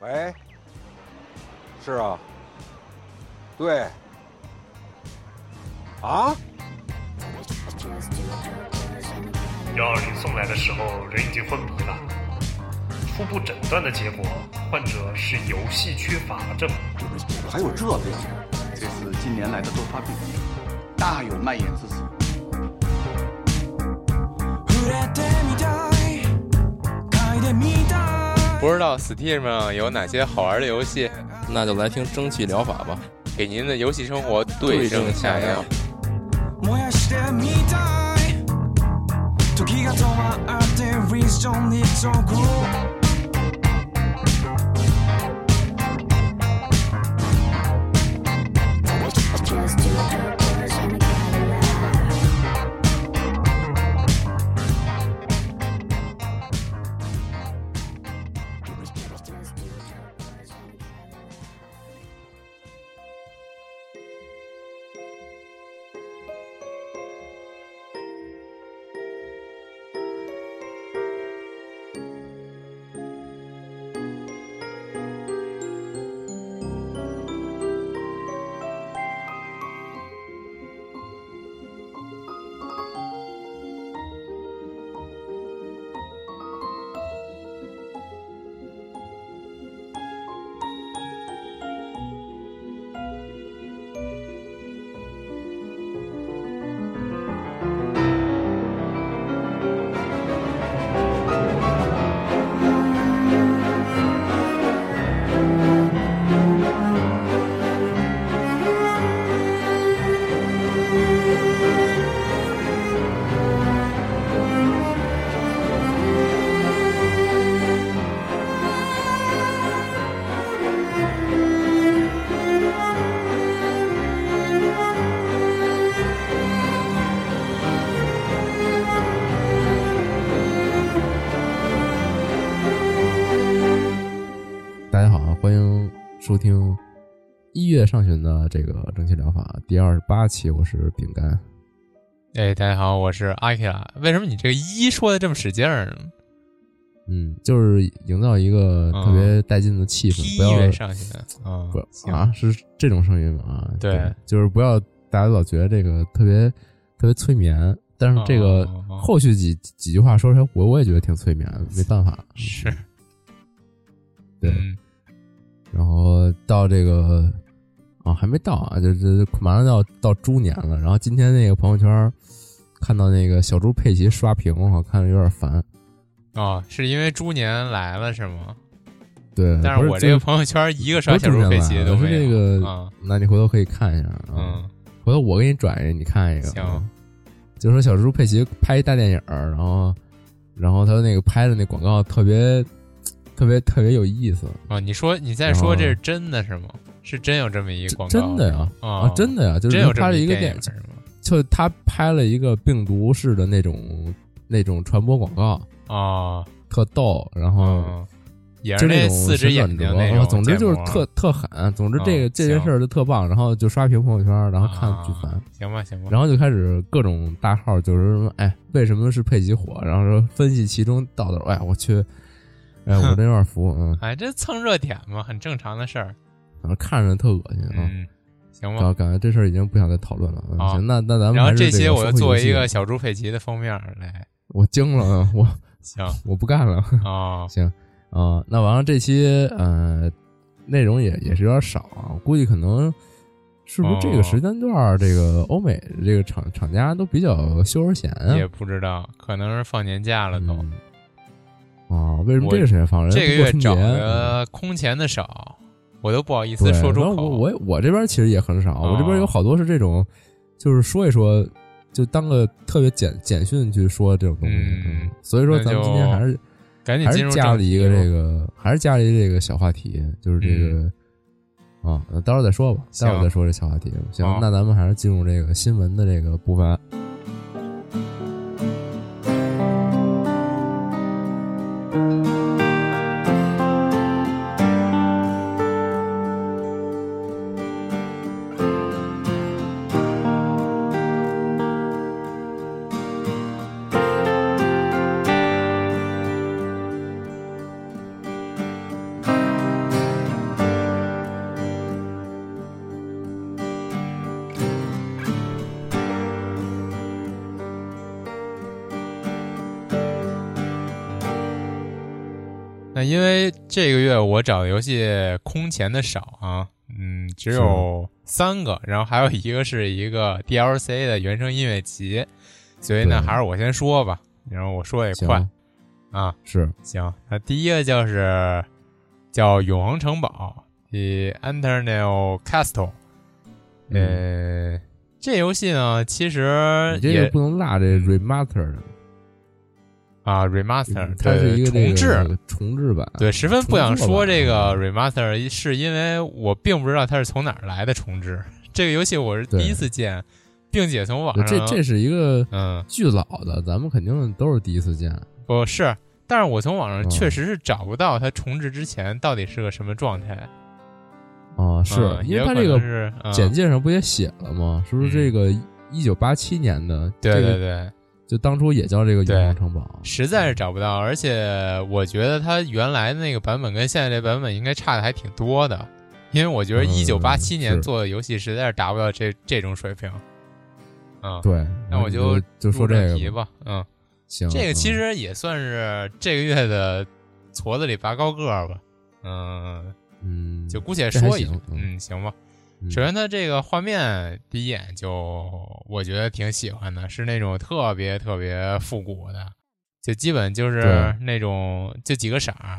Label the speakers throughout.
Speaker 1: 喂，是啊，对，啊，
Speaker 2: 幺二零送来的时候，人已经昏迷了。初步诊断的结果，患者是游戏缺乏症。
Speaker 3: 还有这病，这是近年来的多发病，大有蔓延之势。
Speaker 4: 不知道 Steam 上有哪些好玩的游戏，
Speaker 5: 那就来听蒸汽疗法吧。
Speaker 4: 给您的游戏生活对症下药。
Speaker 5: 大家好，啊，欢迎收听一月上旬的这个蒸汽疗法第二十八期，我是饼干。
Speaker 4: 哎，大家好，我是阿 K 拉。为什么你这个一说的这么使劲儿呢？
Speaker 5: 嗯，就是营造一个特别带劲的气氛，
Speaker 4: 嗯一
Speaker 5: 不要
Speaker 4: 月上旬啊，
Speaker 5: 不
Speaker 4: 行
Speaker 5: 啊，是这种声音吗？啊，
Speaker 4: 对
Speaker 5: 就是不要大家老觉得这个特别特别催眠，但是这个
Speaker 4: 哦哦哦哦
Speaker 5: 后续几几句话说出来，我我也觉得挺催眠，没办法。
Speaker 4: 是，
Speaker 5: 对，
Speaker 4: 嗯
Speaker 5: 然后到这个啊，还没到啊，就这马上要到猪年了。然后今天那个朋友圈看到那个小猪佩奇刷屏，我看着有点烦。
Speaker 4: 哦，是因为猪年来了是吗？
Speaker 5: 对，
Speaker 4: 但是
Speaker 5: 呃不
Speaker 4: 我这个
Speaker 5: 就
Speaker 4: 朋友圈一个刷小猪佩奇都
Speaker 5: 啊不是
Speaker 4: 没有。
Speaker 5: 这个
Speaker 4: 啊，
Speaker 5: 那你回头可以看一下啊。
Speaker 4: 嗯，
Speaker 5: 回头我给你转一个，你看一个。
Speaker 4: 行
Speaker 5: 嗯，就说小猪佩奇拍一大电影儿，然后，然后他那个拍的那广告特别，特别特别有意思，
Speaker 4: 哦，你说你在说
Speaker 5: 哦
Speaker 4: 这是真的是吗？是真有这么一个广告？
Speaker 5: 真的呀
Speaker 4: 啊
Speaker 5: 啊，真的呀，就是
Speaker 4: 真有这
Speaker 5: 他
Speaker 4: 么
Speaker 5: 拍了一个
Speaker 4: 电
Speaker 5: 电
Speaker 4: 影
Speaker 5: 影，
Speaker 4: 是吗？
Speaker 5: 就他拍了一个病毒式的那种那种传播广告，
Speaker 4: 哦，
Speaker 5: 特逗，然后
Speaker 4: 嗯，也
Speaker 5: 就是那
Speaker 4: 那
Speaker 5: 种
Speaker 4: 四只眼睛
Speaker 5: 神
Speaker 4: 那种建模，
Speaker 5: 转折啊总之就是特特狠，总之这个、
Speaker 4: 嗯
Speaker 5: 这件事儿就特棒，然后就刷屏朋友圈，然后看
Speaker 4: 啊
Speaker 5: 巨烦。
Speaker 4: 行吧行吧，
Speaker 5: 然后就开始各种大号，就是说，哎，为什么是佩奇火？然后说分析其中道道，哎，我去，哎，我真有点服，嗯，
Speaker 4: 哎，这蹭热点嘛，很正常的事儿。
Speaker 5: 然后看着特恶心啊，
Speaker 4: 嗯，行
Speaker 5: 然
Speaker 4: 吧。
Speaker 5: 后感觉这事儿已经不想再讨论了。嗯
Speaker 4: 啊
Speaker 5: 行，那那咱们
Speaker 4: 然后
Speaker 5: 还是
Speaker 4: 这期
Speaker 5: 个
Speaker 4: 我就
Speaker 5: 说回
Speaker 4: 作
Speaker 5: 游
Speaker 4: 为
Speaker 5: 戏
Speaker 4: 一
Speaker 5: 吧
Speaker 4: 个小猪佩奇的封面儿来，
Speaker 5: 我惊了，嗯我
Speaker 4: 行
Speaker 5: 我不干了，
Speaker 4: 哦，
Speaker 5: 行啊、那完了这期呃内容也也是有点少啊，我估计可能。是不是这
Speaker 4: 哦
Speaker 5: 个时间段儿，这个欧美这个厂厂家都比较休而闲啊？
Speaker 4: 也不知道，可能是放年假了都。
Speaker 5: 嗯啊，为什么
Speaker 4: 我
Speaker 5: 这个时间放？人家
Speaker 4: 这个
Speaker 5: 不过
Speaker 4: 月
Speaker 5: 春
Speaker 4: 找
Speaker 5: 节啊嗯
Speaker 4: 的空前的少，我都不好意
Speaker 5: 对
Speaker 4: 思说出
Speaker 5: 反正
Speaker 4: 口。
Speaker 5: 我我也我这边其实也很少，
Speaker 4: 哦
Speaker 5: 我这边有好多是这种，就是说一说，就当个特别简简讯去说这种东西。
Speaker 4: 嗯
Speaker 5: 嗯所以说
Speaker 4: 那
Speaker 5: 咱们今
Speaker 4: 就
Speaker 5: 天还是
Speaker 4: 赶紧
Speaker 5: 还
Speaker 4: 进
Speaker 5: 是
Speaker 4: 入
Speaker 5: 加
Speaker 4: 正
Speaker 5: 了一
Speaker 4: 题
Speaker 5: 个这
Speaker 4: 吧，嗯
Speaker 5: 个，还是加了一个这个小话题，就是这个、啊，呃待会儿再说吧，
Speaker 4: 行
Speaker 5: 待会儿再说这小话题。行，
Speaker 4: 好
Speaker 5: 那咱们还是进入这个新闻的这个部分。啊
Speaker 6: 「
Speaker 4: 那因为这个月我找的游戏空前的少啊，嗯，只有三个，然后还有一个是一个 DLC 的原声音乐集，所以呢，
Speaker 5: 对
Speaker 4: 还是我先说吧，然后我说也
Speaker 5: 行
Speaker 4: 快啊，
Speaker 5: 是
Speaker 4: 行，那第一个就是叫《永恒城堡》The Eternal Castle，呃，这游戏呢，其实
Speaker 5: 嗯你这
Speaker 4: 呃也嗯
Speaker 5: 个不能落这 remaster 的，
Speaker 4: 啊 remaster，
Speaker 5: 嗯它是一个这
Speaker 4: 重
Speaker 5: 个
Speaker 4: 置，
Speaker 5: 重置版，
Speaker 4: 对，十分不想
Speaker 5: 啊重做
Speaker 4: 说
Speaker 5: 吧
Speaker 4: 这个 remaster，是因为我并不知道它是从哪儿来的重置。这个游戏我是第一次见，并且从网
Speaker 5: 对，
Speaker 4: 上
Speaker 5: 这这是一个
Speaker 4: 嗯
Speaker 5: 巨老的，咱们肯定都是第一次见。
Speaker 4: 不是，但是我从网上
Speaker 5: 嗯
Speaker 4: 确实是找不到它重置之前到底是个什么状态。
Speaker 5: 啊，是
Speaker 4: 嗯
Speaker 5: 因
Speaker 4: 也有
Speaker 5: 为它
Speaker 4: 可
Speaker 5: 这
Speaker 4: 能
Speaker 5: 个
Speaker 4: 是嗯
Speaker 5: 简介上不也写了吗？是不是这个一九八七年的？
Speaker 4: 对
Speaker 5: 这个
Speaker 4: 对对，
Speaker 5: 就当初也叫这个《
Speaker 4: 对
Speaker 5: 永恒城堡》。
Speaker 4: 实在是找不到，而且我觉得它原来那个版本跟现在这版本应该差的还挺多的，因为我觉得
Speaker 5: 嗯
Speaker 4: 一九八七年
Speaker 5: 是
Speaker 4: 做的游戏实在是达不到这这种水平。嗯，
Speaker 5: 对，
Speaker 4: 那
Speaker 5: 然后
Speaker 4: 我
Speaker 5: 你
Speaker 4: 就
Speaker 5: 就就说
Speaker 4: 入
Speaker 5: 这
Speaker 4: 正
Speaker 5: 个
Speaker 4: 题。吧，嗯，
Speaker 5: 行，
Speaker 4: 这个其
Speaker 5: 嗯
Speaker 4: 实也算是这个月的矬子里拔高个儿吧，嗯，
Speaker 5: 嗯，
Speaker 4: 就姑且
Speaker 5: 这还
Speaker 4: 说一句
Speaker 5: 行，嗯
Speaker 4: 嗯，行吧。
Speaker 5: 嗯
Speaker 4: 首先，它这个画面第一眼就我觉得挺喜欢的，是那种特别特别复古的，就基本就是
Speaker 5: 对
Speaker 4: 那种就几个色儿，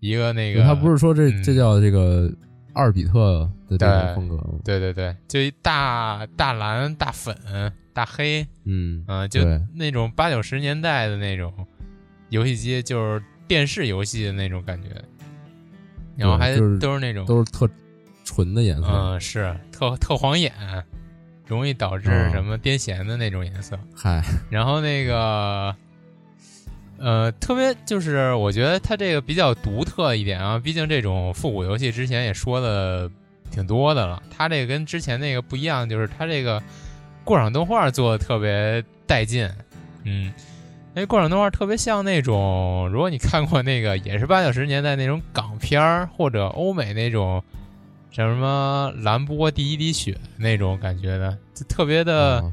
Speaker 4: 一个那
Speaker 5: 因
Speaker 4: 个
Speaker 5: 为它不是说这
Speaker 4: 嗯
Speaker 5: 这叫这个二比特的这
Speaker 4: 对
Speaker 5: 种风格吗？
Speaker 4: 对对对，就一大大蓝、大粉、大黑，
Speaker 5: 嗯
Speaker 4: 嗯，就
Speaker 5: 对
Speaker 4: 那种八九十年代的那种游戏机，就是电视游戏的那种感觉，然后还
Speaker 5: 就是
Speaker 4: 都是那种，
Speaker 5: 都是特纯的颜色。
Speaker 4: 嗯，是特特晃眼，容易导致
Speaker 5: 嗯
Speaker 4: 什么癫痫的那种颜色。
Speaker 5: 嗨，
Speaker 4: 然后那个，呃，特别就是我觉得它这个比较独特一点啊，毕竟这种复古游戏之前也说的挺多的了。它这个跟之前那个不一样，就是它这个过场动画做的特别带劲，嗯。因为过场动画特别像那种，如果你看过那个也是八九十年代那种港片儿或者欧美那种，像什么蓝波第一滴血那种感觉的，就特别的、
Speaker 5: 啊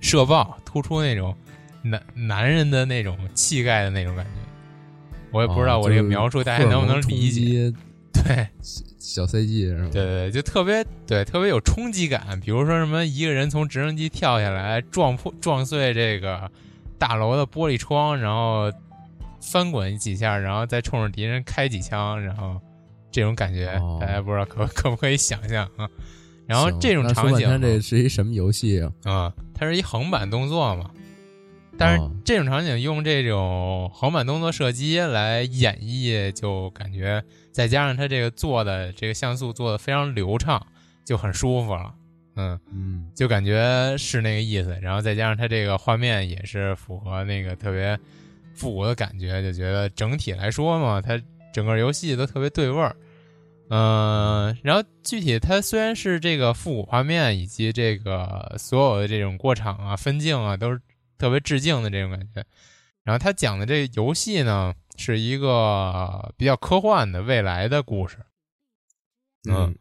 Speaker 4: 社爆，突出那种男男人的那种气概的那种感觉。我也不知道
Speaker 5: 啊
Speaker 4: 我这个
Speaker 5: 就是
Speaker 4: 描述大家能不能理解。
Speaker 5: 荷尔蒙冲击
Speaker 4: 对
Speaker 5: 小 CG 是吗？
Speaker 4: 对对，就特别对特别有冲击感。比如说什么一个人从直升机跳下来，撞破撞碎这个大楼的玻璃窗，然后翻滚几下，然后再冲着敌人开几枪，然后这种感觉，
Speaker 5: 哦
Speaker 4: 大家不知道可可不可以想象啊？然后
Speaker 5: 行
Speaker 4: 这种
Speaker 5: 那
Speaker 4: 场
Speaker 5: 说半
Speaker 4: 景啊，
Speaker 5: 天这是一什么游戏啊？
Speaker 4: 啊、它是一横版动作嘛。但是
Speaker 5: 哦
Speaker 4: 这种场景用这种横版动作射击来演绎，就感觉再加上它这个做的这个像素做的非常流畅，就很舒服了。嗯，
Speaker 5: 嗯，
Speaker 4: 就感觉是那个意思。然后再加上它这个画面也是符合那个特别复古的感觉，就觉得整体来说嘛，它整个游戏都特别对味儿。嗯、然后具体它虽然是这个复古画面以及这个所有的这种过场啊、分镜啊，都是特别致敬的这种感觉。然后它讲的这个游戏呢，是一个比较科幻的未来的故事。嗯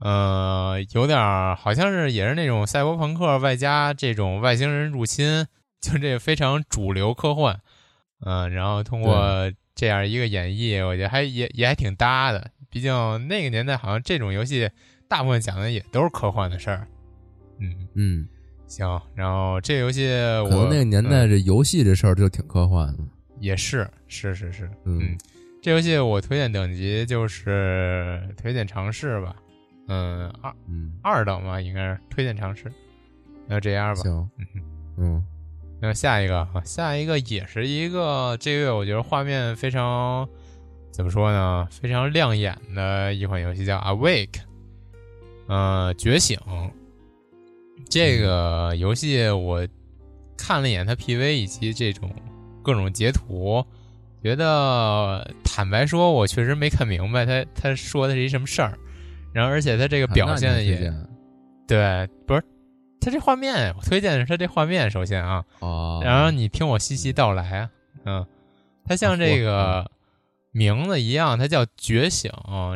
Speaker 5: 嗯，
Speaker 4: 呃，有点儿好像是也是那种赛博朋克外加这种外星人入侵，就这非常主流科幻，嗯、然后通过这样一个演绎，我觉得还也也还挺搭的。毕竟那个年代好像这种游戏大部分讲的也都是科幻的事儿。嗯，
Speaker 5: 嗯，
Speaker 4: 行，然后这个游戏
Speaker 5: 可
Speaker 4: 我
Speaker 5: 能那个年
Speaker 4: 嗯
Speaker 5: 代这游戏这事儿就挺科幻的。
Speaker 4: 也是，是是是，
Speaker 5: 嗯
Speaker 4: 嗯，这游戏我推荐等级就是推荐尝试吧，嗯，二
Speaker 5: 嗯，
Speaker 4: 二等吧，应该是推荐尝试，那这样吧，
Speaker 5: 行，嗯，
Speaker 4: 那下一个啊，下一个也是一个这个月我觉得画面非常怎么说呢，非常亮眼的一款游戏叫《Awake》，呃，觉醒。
Speaker 5: 嗯
Speaker 4: 这个游戏我看了一眼它 PV 以及这种各种截图，觉得坦白说，我确实没看明白他他说的是一什么事儿。然后，而且他这个表
Speaker 5: 啊那
Speaker 4: 现
Speaker 5: 你推
Speaker 4: 也
Speaker 5: 荐
Speaker 4: 对，不是他这画面，我推荐的是他这画面，首先啊，
Speaker 5: 啊，
Speaker 4: 然后你听我细细道来啊，嗯，它像这个名字一样，它叫觉醒，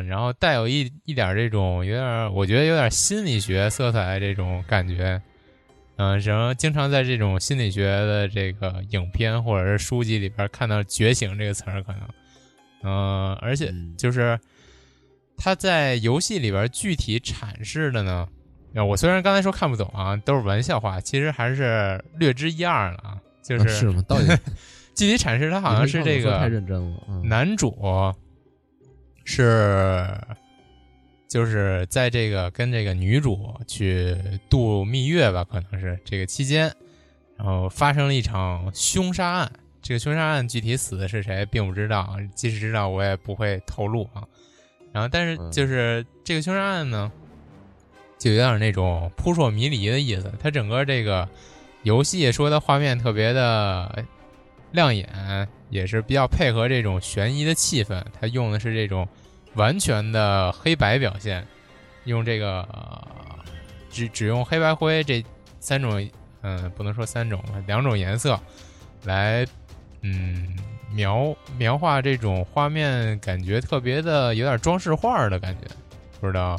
Speaker 4: 然后带有一一点这种有点儿，我觉得有点心理学色彩的这种感觉，嗯，然后经常在这种心理学的这个影片或者是书籍里边看到“觉醒”这个词儿，可能嗯、而且
Speaker 5: 嗯
Speaker 4: 就是它在游戏里边具体阐释的呢，啊我虽然刚才说看不懂啊，都是玩笑话，其实还是略知一二了啊。就
Speaker 5: 啊
Speaker 4: 是
Speaker 5: 是吗？到底
Speaker 4: 具体阐释，它 好像是这
Speaker 5: 你看我说太
Speaker 4: 个
Speaker 5: 认真了，嗯
Speaker 4: 男主是就是在这个跟这个女主去度蜜月吧，可能是这个期间，然后发生了一场凶杀案。这个凶杀案具体死的是谁并不知道，即使知道我也不会透露啊。然后，但是
Speaker 5: 嗯
Speaker 4: 就是这个凶杀案呢，就有点那种扑朔迷离的意思。它整个这个游戏说的画面特别的亮眼，也是比较配合这种悬疑的气氛。它用的是这种完全的黑白表现，用这个、呃只只用黑白灰这三种，嗯、不能说三种吧，两种颜色来，嗯，描描画这种画面，感觉特别的有点装饰画儿的感觉，不知道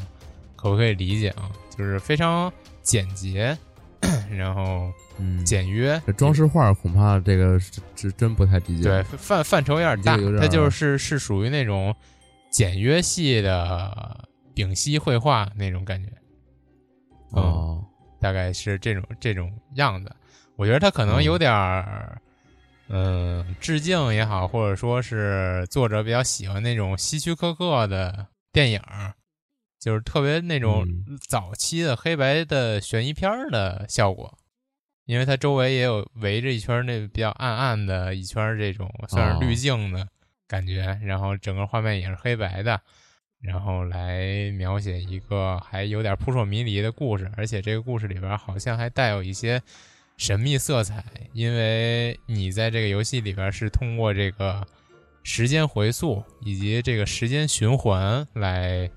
Speaker 4: 可不可以理解啊？就是非常简洁，然后
Speaker 5: 嗯，
Speaker 4: 简约，
Speaker 5: 这装饰画恐怕这个是是真不太理解。
Speaker 4: 对，范范畴有点大
Speaker 5: 就有，点
Speaker 4: 它就是是属于那种简约系的丙烯绘画那种感觉，
Speaker 5: 哦，
Speaker 4: 大概是这种这种样子。我觉得它可能有点儿，嗯、致敬也好，或者说是作者比较喜欢那种希区柯克的电影儿，就是特别那种
Speaker 5: 嗯
Speaker 4: 早期的黑白的悬疑片儿的效果。因为它周围也有围着一圈儿那比较暗暗的一圈儿这种算是滤
Speaker 5: 哦
Speaker 4: 镜的感觉，然后整个画面也是黑白的，然后来描写一个还有点扑朔迷离的故事，而且这个故事里边好像还带有一些神秘色彩，因为你在这个游戏里边是通过这个时间回溯以及这个时间循环来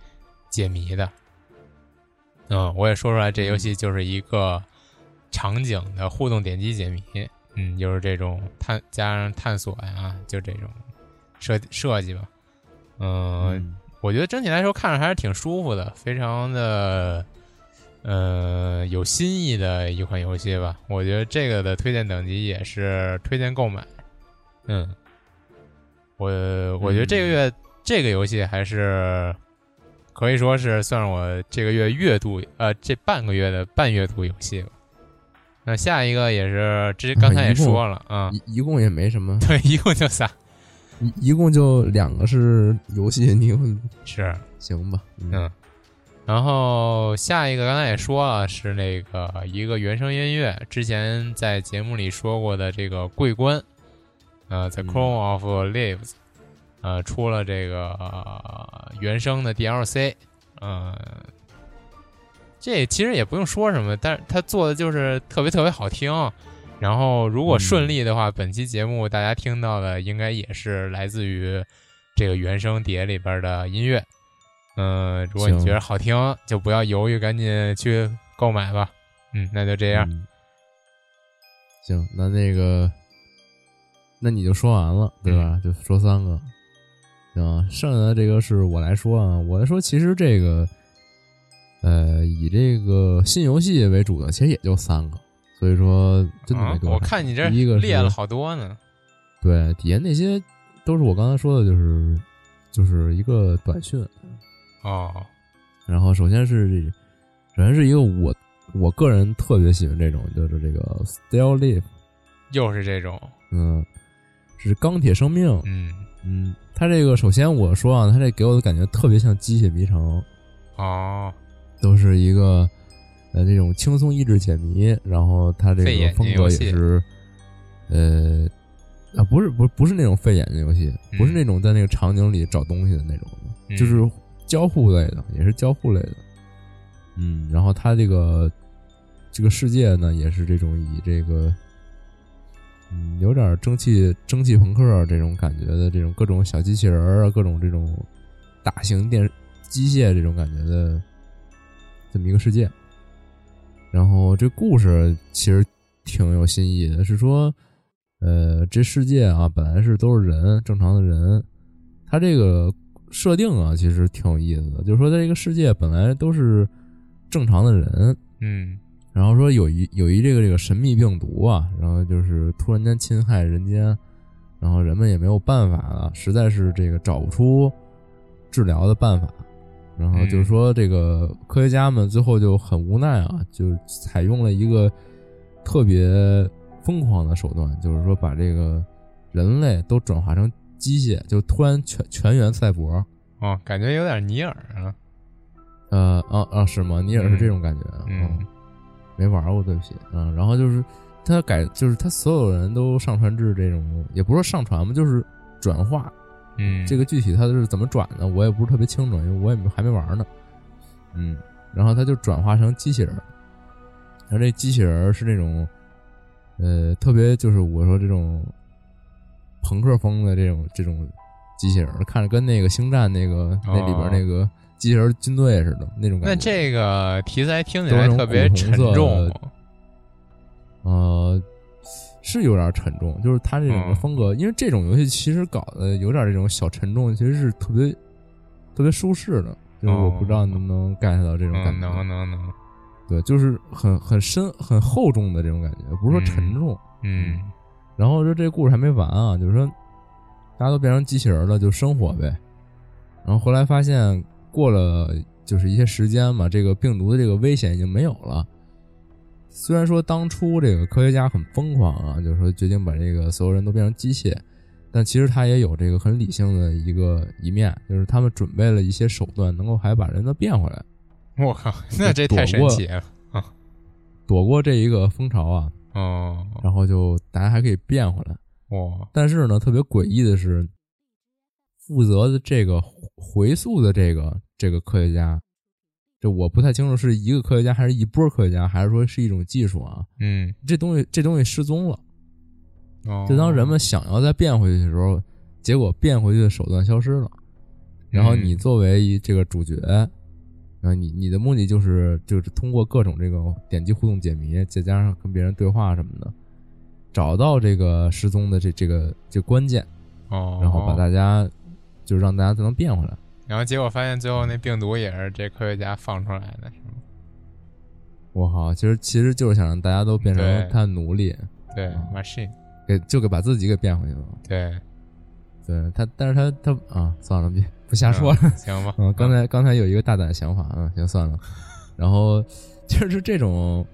Speaker 4: 解谜的。嗯，我也说出来，这游戏就是一个场景的互动点击解谜，嗯，就是这种探加上探索呀，就这种设设计吧，嗯
Speaker 5: 嗯
Speaker 4: 我觉得整体来说看着还是挺舒服的，非常的呃有新意的一款游戏吧。我觉得这个的推荐等级也是推荐购买。嗯，我我觉得这个月、这个游戏还是可以说是算是我这个月月度呃这半个月的半月度游戏吧。那下一个也是之刚才也说了啊，
Speaker 5: 一一共也没什么，
Speaker 4: 对， 一共就仨，
Speaker 5: 一一共就两个是游戏， 你们
Speaker 4: 是
Speaker 5: 行吧？
Speaker 4: 嗯，然后下一个刚才也说了，是那个一个原声音乐，之前在节目里说过的这个桂冠，呃，The
Speaker 5: 嗯
Speaker 4: Crown of Leaves，呃，出了这个、呃原声的 DLC，呃，这其实也不用说什么，但是他做的就是特别特别好听。然后，如果顺利的话，本期节目大家听到的应该也是来自于这个原声碟里边的音乐。嗯、如果你
Speaker 5: 行
Speaker 4: 觉得好听，就不要犹豫，赶紧去购买吧。嗯，那就这样。
Speaker 5: 嗯行，那那个，那你就说完了，对
Speaker 4: 嗯
Speaker 5: 吧？就说三个，行，剩下的这个是我来说啊，我来说，其实这个，呃，以这个新游戏为主的，其实也就三个，所以说真的没
Speaker 4: 啊，
Speaker 5: 多少。
Speaker 4: 我看你这
Speaker 5: 第一个是
Speaker 4: 列了好多呢。
Speaker 5: 对，底下那些都是我刚才说的，就是就是一个短讯，
Speaker 4: 哦，
Speaker 5: 然后首先是首先是一个我我个人特别喜欢这种，就是这个 Still Live。
Speaker 4: 又是这种。
Speaker 5: 嗯，是钢铁生命。
Speaker 4: 嗯，
Speaker 5: 嗯，它这个首先我说啊，它这给我的感觉特别像机械迷城，
Speaker 4: 哦，
Speaker 5: 都是一个呃这种轻松益智解谜，然后它这
Speaker 4: 费眼
Speaker 5: 个
Speaker 4: 睛
Speaker 5: 风格
Speaker 4: 游戏
Speaker 5: 也是呃啊不是不是不是那种费眼睛游戏，
Speaker 4: 嗯
Speaker 5: 不是那种在那个场景里找东西的那种，
Speaker 4: 嗯
Speaker 5: 就是交互类的，也是交互类的。嗯，然后它这个这个世界呢，也是这种以这个嗯有点蒸汽蒸汽朋克这种感觉的这种各种小机器人儿啊，各种这种大型电机械这种感觉的这么一个世界。然后这故事其实挺有新意的，是说，呃，这世界啊本来是都是人，正常的人，它这个设定啊其实挺有意思的，就是说在这个世界本来都是正常的人，
Speaker 4: 嗯
Speaker 5: 然后说有一有一这个这个神秘病毒啊，然后就是突然间侵害人间，然然后人们也没有办法了，实在是这个找不出治疗的办法。然后就是说，这个科学家们最后就很无奈啊，就是采用了一个特别疯狂的手段，就是说把这个人类都转化成机械，就突然全全员赛博。
Speaker 4: 哦，感觉有点尼尔啊，
Speaker 5: 呃，啊啊，是吗？你也是这种感觉啊？
Speaker 4: 嗯
Speaker 5: 哦没玩过，对不起。嗯，然后就是他改，就是他所有人都上传至这种，也不是说上传吧，就是转化。
Speaker 4: 嗯，
Speaker 5: 这个具体他是怎么转的，我也不是特别清楚，因为我也没还没玩呢。嗯，然后他就转化成机器人儿，然后这机器人儿是那种，呃，特别就是我说这种朋克风的这种这种机器人儿，看着跟那个星战那个那里边
Speaker 4: 哦
Speaker 5: 那个机器人军队似的那种
Speaker 4: 那
Speaker 5: 感觉。
Speaker 4: 这个题材听起来特别沉
Speaker 5: 都是那
Speaker 4: 重
Speaker 5: 种古铜色，呃，是有点沉重，就是它这种
Speaker 4: 嗯
Speaker 5: 的风格，因为这种游戏其实搞的有点这种小沉重，其实是特别特别舒适的，就是我
Speaker 4: 哦
Speaker 5: 不知道能不能 get 到这种感
Speaker 4: 嗯，
Speaker 5: 觉，
Speaker 4: 能能能，
Speaker 5: 对，就是很很深很厚重的这种感觉，不是说沉重。
Speaker 4: 嗯
Speaker 5: 然后就这故事还没完啊，就是说大家都变成机器人了，就生活呗。然后后来发现过了就是一些时间嘛，这个病毒的这个危险已经没有了。虽然说当初这个科学家很疯狂啊，就是说决定把这个所有人都变成机械，但其实他也有这个很理性的一个一面，就是他们准备了一些手段，能够还把人都变回来。嗯
Speaker 4: 我靠，那这太神奇了，
Speaker 5: 躲过这一个风潮啊，
Speaker 4: 哦，
Speaker 5: 然后就大家还可以变回来。
Speaker 4: 哇，
Speaker 5: 但是呢，特别诡异的是，负责的这个回溯的这个这个科学家，这我不太清楚是一个科学家还是一波科学家，还是说是一种技术啊？
Speaker 4: 嗯，
Speaker 5: 这东西这东西失踪了。
Speaker 4: 哦
Speaker 5: 就当人们想要再变回去的时候，结果变回去的手段消失了。然后你作为一这个主角，然后你你的目的就是就是通过各种这个点击互动解谜，再加上跟别人对话什么的，找到这个失踪的这这个这关键。
Speaker 4: 哦，
Speaker 5: 然后把大家就让大家都能变回来。
Speaker 4: 然后结果发现最后那病毒也是这科学家放出来的，是吗？
Speaker 5: 我靠，其实其实就是想让大家都变
Speaker 4: 对
Speaker 5: 成他的奴隶，
Speaker 4: 对
Speaker 5: 嗯
Speaker 4: ，machine，
Speaker 5: 给就给把自己给变回去了。
Speaker 4: 对，
Speaker 5: 对他，但是他他啊，算了，别不瞎说 了。
Speaker 4: 嗯行吧，
Speaker 5: 嗯，刚才刚才有一个大胆的想法，嗯，行算了。然后就是这种，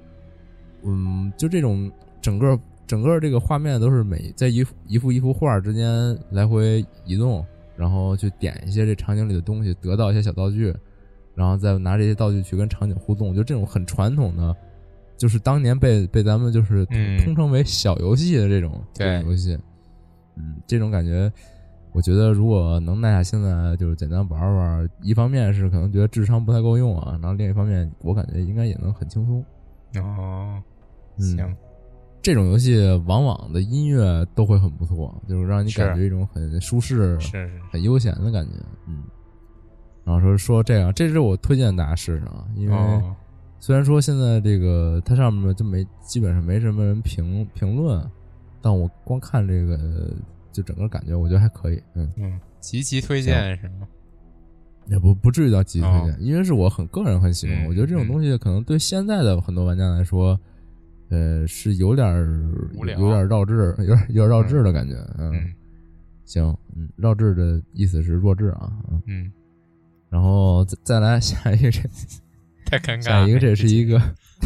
Speaker 5: 嗯，就这种整个整个这个画面都是每在一幅一幅一幅画之间来回移动，然后去点一些这场景里的东西，得到一些小道具，然后再拿这些道具去跟场景互动，就这种很传统的，就是当年被被咱们就是通、
Speaker 4: 嗯
Speaker 5: 通称为小游戏的这种
Speaker 4: 对
Speaker 5: 这种游戏，嗯，这种感觉。我觉得如果能耐下心来，就是简单玩玩，一方面是可能觉得智商不太够用啊，然后另一方面，我感觉应该也能很轻松。
Speaker 4: 哦，
Speaker 5: 嗯
Speaker 4: 行，
Speaker 5: 这种游戏往往的音乐都会很不错，就是让你
Speaker 4: 是
Speaker 5: 感觉一种很舒适、
Speaker 4: 是是，
Speaker 5: 很悠闲的感觉。嗯，然后说说这样，这是我推荐大家试试啊，因为、
Speaker 4: 哦，
Speaker 5: 虽然说现在这个它上面就没基本上没什么人评评论，啊但我光看这个就整个感觉，我觉得还可以。嗯，
Speaker 4: 嗯，极其推荐是吗？
Speaker 5: 也不不至于到极推荐，
Speaker 4: 哦
Speaker 5: 因为是我很个人很喜欢。
Speaker 4: 嗯
Speaker 5: 我觉得这种东西可能对现在的很多玩家来说，呃，是有点儿
Speaker 4: 无聊
Speaker 5: 有点儿绕智，有点儿有点儿绕智的感觉。嗯，
Speaker 4: 嗯
Speaker 5: 行，嗯，绕智的意思是弱智啊。嗯，
Speaker 4: 嗯，
Speaker 5: 然后再再来下一个这
Speaker 4: 太尴尬了，
Speaker 5: 下一个这是一个。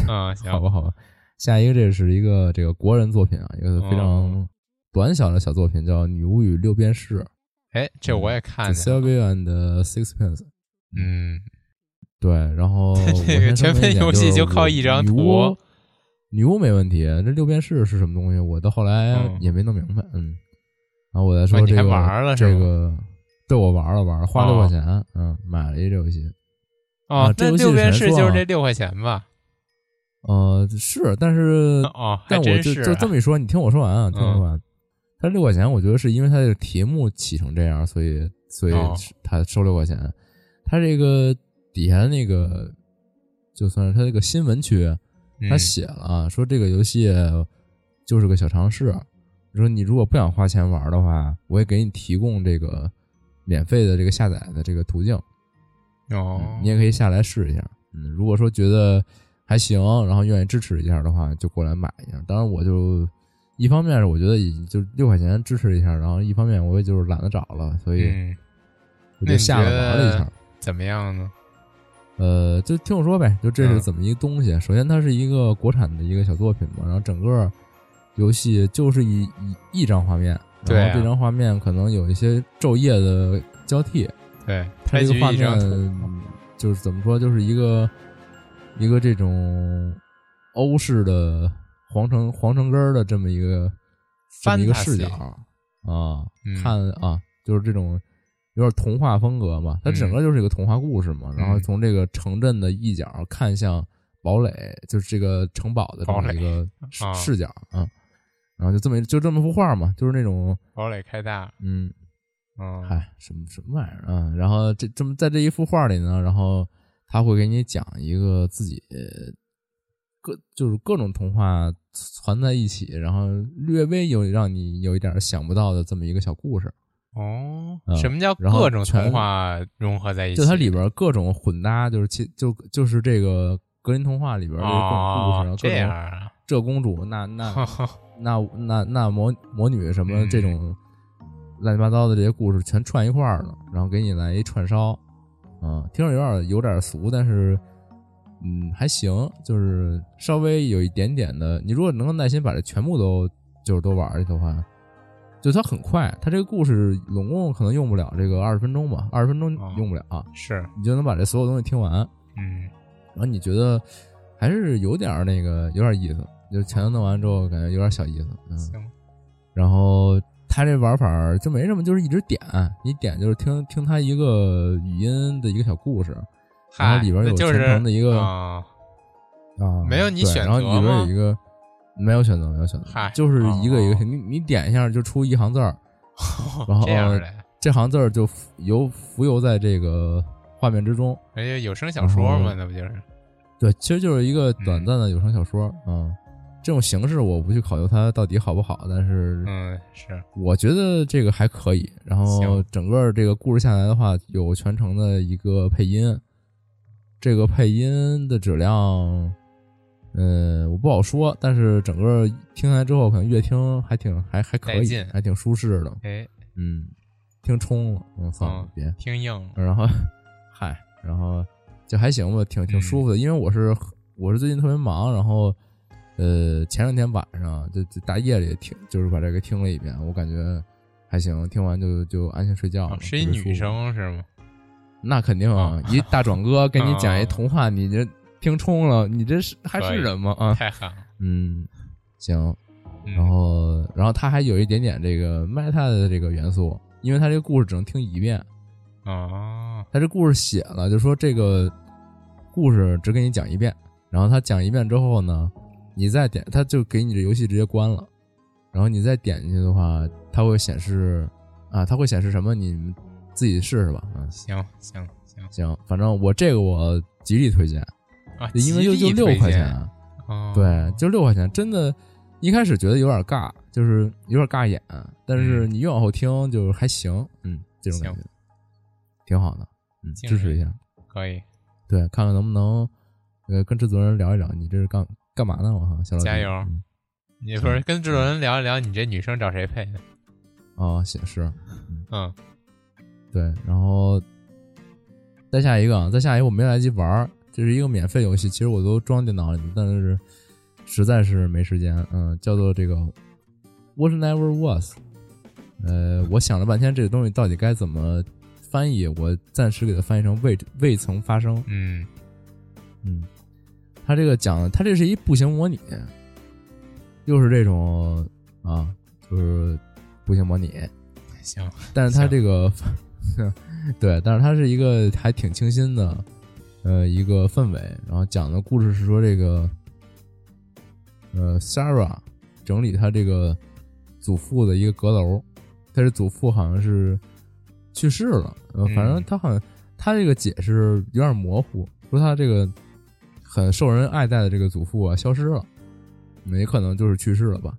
Speaker 4: 嗯，行，
Speaker 5: 好吧，好吧。下一个这是一个这个国人作品啊，一个非常
Speaker 4: 哦
Speaker 5: 短小的小作品，叫《女巫与六便士
Speaker 4: 哎，这我也》看见了，
Speaker 5: ，Sylvia and Sixpence。
Speaker 4: 嗯，
Speaker 5: 对，然后我
Speaker 4: 这
Speaker 5: 先
Speaker 4: 个
Speaker 5: 声
Speaker 4: 全
Speaker 5: 明
Speaker 4: 篇
Speaker 5: 一点
Speaker 4: 游戏
Speaker 5: 就是
Speaker 4: 就靠一张
Speaker 5: 女巫
Speaker 4: 图，
Speaker 5: 女巫没问题，这六便士是什么东西，我到后来
Speaker 4: 嗯
Speaker 5: 也没弄明白。嗯，然后我再说
Speaker 4: 啊你
Speaker 5: 这个、
Speaker 4: 还玩了是
Speaker 5: 这
Speaker 4: 吗
Speaker 5: 个，对我玩了玩了，花六
Speaker 4: 哦
Speaker 5: 块钱，嗯，买了一这游戏。
Speaker 4: 哦
Speaker 5: 啊，这
Speaker 4: 那
Speaker 5: 游戏
Speaker 4: 六
Speaker 5: 是
Speaker 4: 边
Speaker 5: 谁
Speaker 4: 士
Speaker 5: 说
Speaker 4: 就是
Speaker 5: 啊
Speaker 4: 这六块钱吧？
Speaker 5: 呃，是，但是
Speaker 4: 哦，还
Speaker 5: 呃但我
Speaker 4: 真嗯
Speaker 5: 就是就
Speaker 4: 啊
Speaker 5: 这么一说，你听我说完啊，听我说完。他六块钱，我觉得是因为他这个题目起成这样，所以所以
Speaker 4: 哦
Speaker 5: 是他收六块钱。他这个底下那个，就算是他这个新闻区，他
Speaker 4: 嗯
Speaker 5: 写了啊，说这个游戏就是个小尝试。说你如果不想花钱玩的话，我也给你提供这个免费的这个下载的这个途径。
Speaker 4: 哦
Speaker 5: 嗯，你也可以下来试一下。嗯，如果说觉得还行，然后愿意支持一下的话，就过来买一下。当然，我就一方面是我觉得也就六块钱支持一下，然后一方面我也就是懒得找了，所以
Speaker 4: 嗯，
Speaker 5: 我就下了玩了
Speaker 4: 那
Speaker 5: 一
Speaker 4: 你觉
Speaker 5: 下
Speaker 4: 得。怎么样呢？
Speaker 5: 呃，就听我说呗，就这
Speaker 4: 嗯
Speaker 5: 是怎么一个东西？首先，它是一个国产的一个小作品嘛，然后整个游戏就是一一一张画面，
Speaker 4: 对
Speaker 5: 然
Speaker 4: 啊
Speaker 5: 后这张画面可能有一些昼夜的交替，
Speaker 4: 对，
Speaker 5: 它
Speaker 4: 开
Speaker 5: 这
Speaker 4: 局
Speaker 5: 个画
Speaker 4: 一张
Speaker 5: 面
Speaker 4: 图，
Speaker 5: 就是怎么说，就是一个一个这种欧式的皇城皇城根儿的这么一个这么一个视角
Speaker 4: Fantasy
Speaker 5: 啊，
Speaker 4: 嗯
Speaker 5: 看啊，就是这种有点童话风格嘛，它整个就是一个童话故事嘛，然后从这个城镇的一角看向堡垒，就是这个城堡的这
Speaker 4: 堡
Speaker 5: 么
Speaker 4: 垒
Speaker 5: 一个视
Speaker 4: 啊
Speaker 5: 视角啊，然后就这么一就这么幅画嘛，就是那种
Speaker 4: 堡垒开大，
Speaker 5: 嗯。
Speaker 4: 嗯，
Speaker 5: 嗨，什么什么玩意儿啊？然后这这么在这一幅画里呢，然后他会给你讲一个自己呃各就是各种童话攒在一起，然后略微有让你有一点想不到的这么一个小故事。
Speaker 4: 哦，
Speaker 5: 嗯
Speaker 4: 什么叫
Speaker 5: 然后
Speaker 4: 各种
Speaker 5: 全
Speaker 4: 童话融合在一起？
Speaker 5: 就它里边各种混搭，就是其就就是这个格林童话里边的各种故事，然后
Speaker 4: 哦，
Speaker 5: 各
Speaker 4: 这样
Speaker 5: 种嗯
Speaker 4: 啊，
Speaker 5: 这公主那那那那那魔魔女什么这种乱七八糟的这些故事全串一块儿了，然后给你来一串烧，嗯，听着有点有点俗，但是嗯还行，就是稍微有一点点的。你如果能够耐心把这全部都就是都玩儿的话，就它很快，它这个故事总共可能用不了这个二十分钟吧，二十分钟
Speaker 4: 哦
Speaker 5: 用不了、 啊
Speaker 4: 是，
Speaker 5: 你就能把这所有东西听完。
Speaker 4: 嗯，
Speaker 5: 然后你觉得还是有点儿那个有点意思，就是全都弄完之后感觉有点小意思，嗯。
Speaker 4: 行，
Speaker 5: 然后他这玩法儿就没什么，就是一直点，你点就是听听他一个语音的一个小故事，然后
Speaker 4: 嗨
Speaker 5: 里边有
Speaker 4: 那就
Speaker 5: 全
Speaker 4: 是
Speaker 5: 程的一个
Speaker 4: 啊
Speaker 5: 啊，
Speaker 4: 没有你
Speaker 5: 对
Speaker 4: 选
Speaker 5: 然后
Speaker 4: 择
Speaker 5: 里边
Speaker 4: 吗
Speaker 5: 有一个没有选择，没有选择
Speaker 4: 嗨，
Speaker 5: 就是一个一
Speaker 4: 哦
Speaker 5: 个你你点一下就出一行字儿， 然后呃
Speaker 4: 这样的，
Speaker 5: 这行字儿就浮游浮游在这个画面之中，
Speaker 4: 而且有声小说嘛，
Speaker 5: 然后
Speaker 4: 那不就是？
Speaker 5: 对，其实就是一个短暂的有声小说，嗯，这种形式我不去考究它到底好不好，但是
Speaker 4: 嗯，是，
Speaker 5: 我觉得这个还可以。然后
Speaker 4: 行
Speaker 5: 整个这个故事下来的话，有全程的一个配音，这个配音的质量，嗯，我不好说，但是整个听下来之后，可能越听还挺还还可
Speaker 4: 带
Speaker 5: 以
Speaker 4: 劲，
Speaker 5: 还挺舒适的，
Speaker 4: 哎，
Speaker 5: 嗯，听冲了，嗯，算了
Speaker 4: 嗯，
Speaker 5: 别，
Speaker 4: 听硬了，
Speaker 5: 然后，嗨，然后就还行吧，挺挺舒
Speaker 4: 嗯
Speaker 5: 服的。因为我是我是最近特别忙，然后呃前两天晚上就就大夜里听，就是把这个听了一遍，我感觉还行，听完就就安心睡觉了、
Speaker 4: 哦是一
Speaker 5: 特别舒服
Speaker 4: 女，生是吗？
Speaker 5: 那肯定啊，一大壮哥给你
Speaker 4: 啊
Speaker 5: 讲一童话，你这听冲了，你这是还
Speaker 4: 可以
Speaker 5: 是人吗？啊，
Speaker 4: 太狠了，
Speaker 5: 嗯，行，
Speaker 4: 嗯
Speaker 5: 然后然后他还有一点点这个 meta 的这个元素，因为他这个故事只能听一遍。
Speaker 4: 哦，
Speaker 5: 他这故事写了，就说这个故事只给你讲一遍，然后他讲一遍之后呢，你再点，他就给你这游戏直接关了，然后你再点进去的话，它会显示啊，它会显示什么？你们自己试试吧。嗯，
Speaker 4: 行行行
Speaker 5: 行，反正我这个我极力推荐，
Speaker 4: 啊，
Speaker 5: 因为就
Speaker 4: 极
Speaker 5: 就
Speaker 4: 力
Speaker 5: 六
Speaker 4: 推
Speaker 5: 块
Speaker 4: 荐
Speaker 5: 钱，，啊
Speaker 4: 哦
Speaker 5: 对，就六块钱，真的。一开始觉得有点尬，就是有点尬眼，但
Speaker 4: 嗯
Speaker 5: 是你越往后听就是还行，嗯，这种感觉挺好的，嗯，
Speaker 4: 行
Speaker 5: 支持一下。
Speaker 4: 可以，
Speaker 5: 对，看看能不能呃跟制作人聊一聊，你这是干干嘛呢？我靠，小老弟
Speaker 4: 加油
Speaker 5: 嗯
Speaker 4: 你不是跟制作人聊一聊，你这女生找谁配的？
Speaker 5: 啊，显示
Speaker 4: 嗯，
Speaker 5: 对，然后再下一个啊，再下一个我没来得及玩儿，这是一个免费游戏，其实我都装电脑里了，但是实在是没时间，嗯，叫做这个 What Never Was，呃，我想了半天这个东西到底该怎么翻译，我暂时给它翻译成未未曾发生，
Speaker 4: 嗯，
Speaker 5: 嗯，他这个讲的，他这是一步行模拟，又是这种啊，就是步行模拟，
Speaker 4: 行，
Speaker 5: 但是他
Speaker 4: 行
Speaker 5: 这个， 对，但是它是一个还挺清新的，呃，一个氛围。然后讲的故事是说这个，呃，Sarah 整理她这个祖父的一个阁楼，她这祖父好像是去世了，呃，反正
Speaker 4: 嗯
Speaker 5: 他好像他这个解释有点模糊，说他这个很受人爱戴的这个祖父啊消失了，也可能就是去世了吧。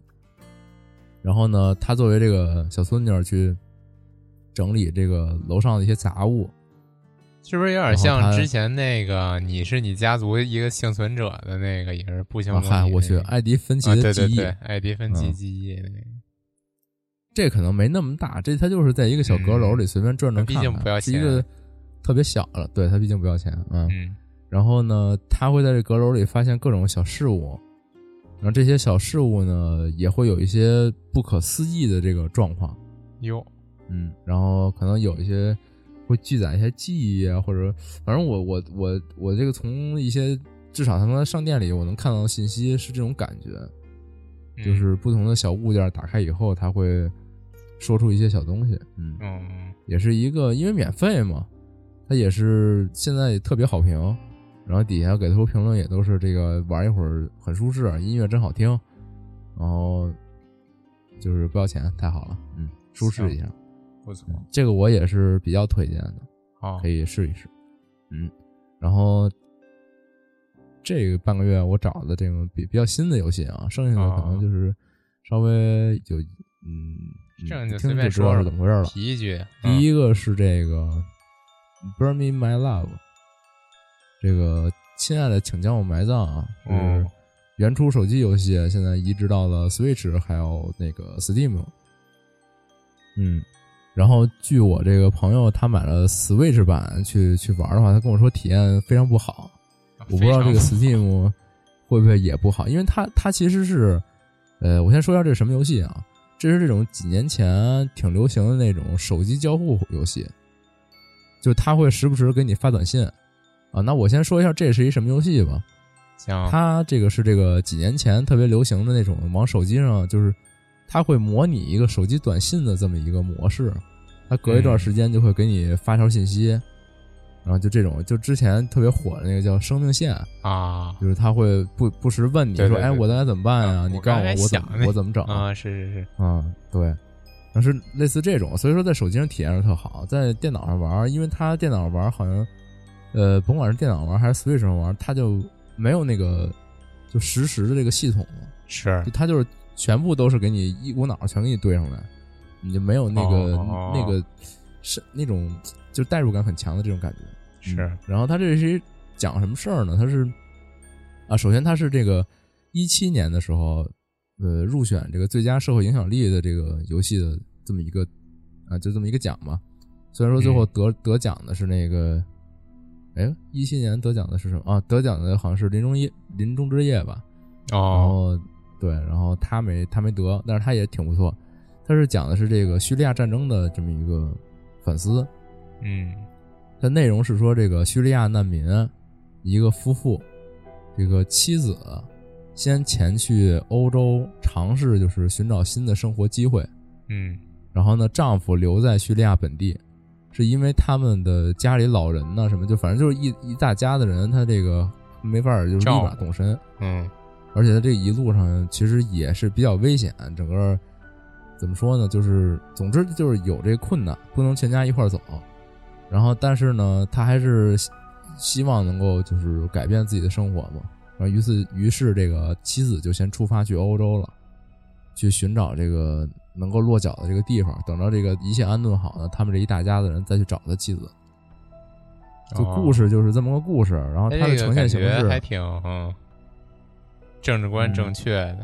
Speaker 5: 然后呢，他作为这个小孙女儿去整理这个楼上的一些杂物，
Speaker 4: 是不是有
Speaker 5: 然
Speaker 4: 点
Speaker 5: 后他
Speaker 4: 像之前那个你是你家族一个幸存者的那个，也是不幸
Speaker 5: 啊
Speaker 4: 中
Speaker 5: 嗨，
Speaker 4: 体
Speaker 5: 我
Speaker 4: 那
Speaker 5: 去
Speaker 4: 个，
Speaker 5: 艾迪芬奇
Speaker 4: 啊，
Speaker 5: 的
Speaker 4: 对
Speaker 5: 记
Speaker 4: 对
Speaker 5: 忆，
Speaker 4: 对，艾迪芬奇
Speaker 5: 嗯
Speaker 4: 记忆那个，
Speaker 5: 这可能没那么大，这他就是在一个小阁楼里随便转转
Speaker 4: 嗯毕
Speaker 5: 看看，
Speaker 4: 竟不要
Speaker 5: 是一个
Speaker 4: 钱
Speaker 5: 特别小了，对他毕竟不要钱，嗯
Speaker 4: 嗯
Speaker 5: 然后呢，他会在这阁楼里发现各种小事物，然后这些小事物呢，也会有一些不可思议的这个状况，
Speaker 4: 哟，
Speaker 5: 嗯，然后可能有一些会记载一些记忆啊，或者反正我我我我这个从一些至少他们商店里我能看到的信息是这种感觉，
Speaker 4: 嗯
Speaker 5: 就是不同的小物件打开以后，它会说出一些小东西，嗯，
Speaker 4: 嗯
Speaker 5: 也是一个因为免费嘛，它也是现在也特别好评，然后底下给出评论也都是这个玩一会儿很舒适，音乐真好听，然后就是不要钱，太好了，嗯，舒适一下，
Speaker 4: 不错，
Speaker 5: 嗯这个我也是比较推荐的，
Speaker 4: 好
Speaker 5: 可以试一试，嗯，然后。这个半个月我找的这种比比较新的游戏啊，剩下的可能
Speaker 4: 啊
Speaker 5: 就是稍微有嗯，嗯
Speaker 4: 这样就
Speaker 5: 一
Speaker 4: 随
Speaker 5: 听
Speaker 4: 便
Speaker 5: 就知道
Speaker 4: 说说
Speaker 5: 是怎么回事了。
Speaker 4: 提一句，
Speaker 5: 第
Speaker 4: 一
Speaker 5: 一个是这个《Burn Me My Love》，这个亲爱的，请将我埋葬啊，
Speaker 4: 哦
Speaker 5: 是原初手机游戏，现在移植到了 Switch 还有那个 Steam。嗯，然后据我这个朋友，他买了 Switch 版去去玩的话，他跟我说体验非常不好。
Speaker 4: 嗯
Speaker 5: 我不知道这个 Steam 会不会也不好，因为它它其实是，呃，我先说一下这是什么游戏啊？这是这种几年前挺流行的那种手机交互游戏，就它会时不时给你发短信啊。那我先说一下这是一什么游戏吧。
Speaker 4: 行，
Speaker 5: 它这个是这个几年前特别流行的那种往手机上，就是它会模拟一个手机短信的这么一个模式，它隔一段时间就会给你发条信息，然后就这种，就之前特别火的那个叫生命线，
Speaker 4: 啊
Speaker 5: 就是他会不不时问你说，
Speaker 4: 对对对
Speaker 5: 哎，我该怎么办
Speaker 4: 啊
Speaker 5: 呀？你
Speaker 4: 我
Speaker 5: 告诉
Speaker 4: 刚才
Speaker 5: 我我怎
Speaker 4: 想
Speaker 5: 么
Speaker 4: 那
Speaker 5: 我怎么整
Speaker 4: 啊，是是是，
Speaker 5: 啊、嗯，对，但是类似这种，所以说在手机上体验是特好，在电脑上玩儿，因为它电脑上玩儿好像，呃，甭管是电脑玩儿还是 Switch 上玩儿，它就没有那个就实时的这个系统了，
Speaker 4: 是
Speaker 5: 就它就是全部都是给你一股脑儿全给你堆上来，你就没有那个、
Speaker 4: 哦
Speaker 5: 那个是那种就代入感很强的这种感觉。
Speaker 4: 是
Speaker 5: 嗯，然后他这是讲什么事儿呢？他是啊，首先他是这个一七年的时候，呃，入选这个最佳社会影响力的这个游戏的这么一个啊，就这么一个奖嘛。虽然说最后
Speaker 4: 嗯
Speaker 5: 得、得奖的是那个，哎，一七年得奖的是什么啊？得奖的好像是《林中夜林中之夜》吧。然
Speaker 4: 哦，
Speaker 5: 后对，然后他没他没得，但是他也挺不错。他是讲的是这个叙利亚战争的这么一个反思，
Speaker 4: 嗯
Speaker 5: 它内容是说这个叙利亚难民一个夫妇，这个妻子先前去欧洲尝试，就是寻找新的生活机会，
Speaker 4: 嗯
Speaker 5: 然后呢，丈夫留在叙利亚本地，是因为他们的家里老人呢什么，就反正就是一一大家的人，他这个没法儿就是立
Speaker 4: 照
Speaker 5: 马
Speaker 4: 顾
Speaker 5: 动身，
Speaker 4: 嗯
Speaker 5: 而且他这一路上其实也是比较危险，整个怎么说呢，就是总之就是有这困难，不能全家一块儿走。然后，但是呢，他还是希希望能够就是改变自己的生活嘛。然后，于是于是这个妻子就先出发去欧洲了，去寻找这个能够落脚的这个地方。等到这个一切安顿好呢，他们这一大家子人再去找他妻子。就
Speaker 4: 哦
Speaker 5: 故事就是这么个故事，然后
Speaker 4: 哎
Speaker 5: 它的
Speaker 4: 这
Speaker 5: 呈
Speaker 4: 个
Speaker 5: 现
Speaker 4: 感
Speaker 5: 形
Speaker 4: 觉
Speaker 5: 式
Speaker 4: 还挺嗯，政治观
Speaker 5: 嗯
Speaker 4: 正确的，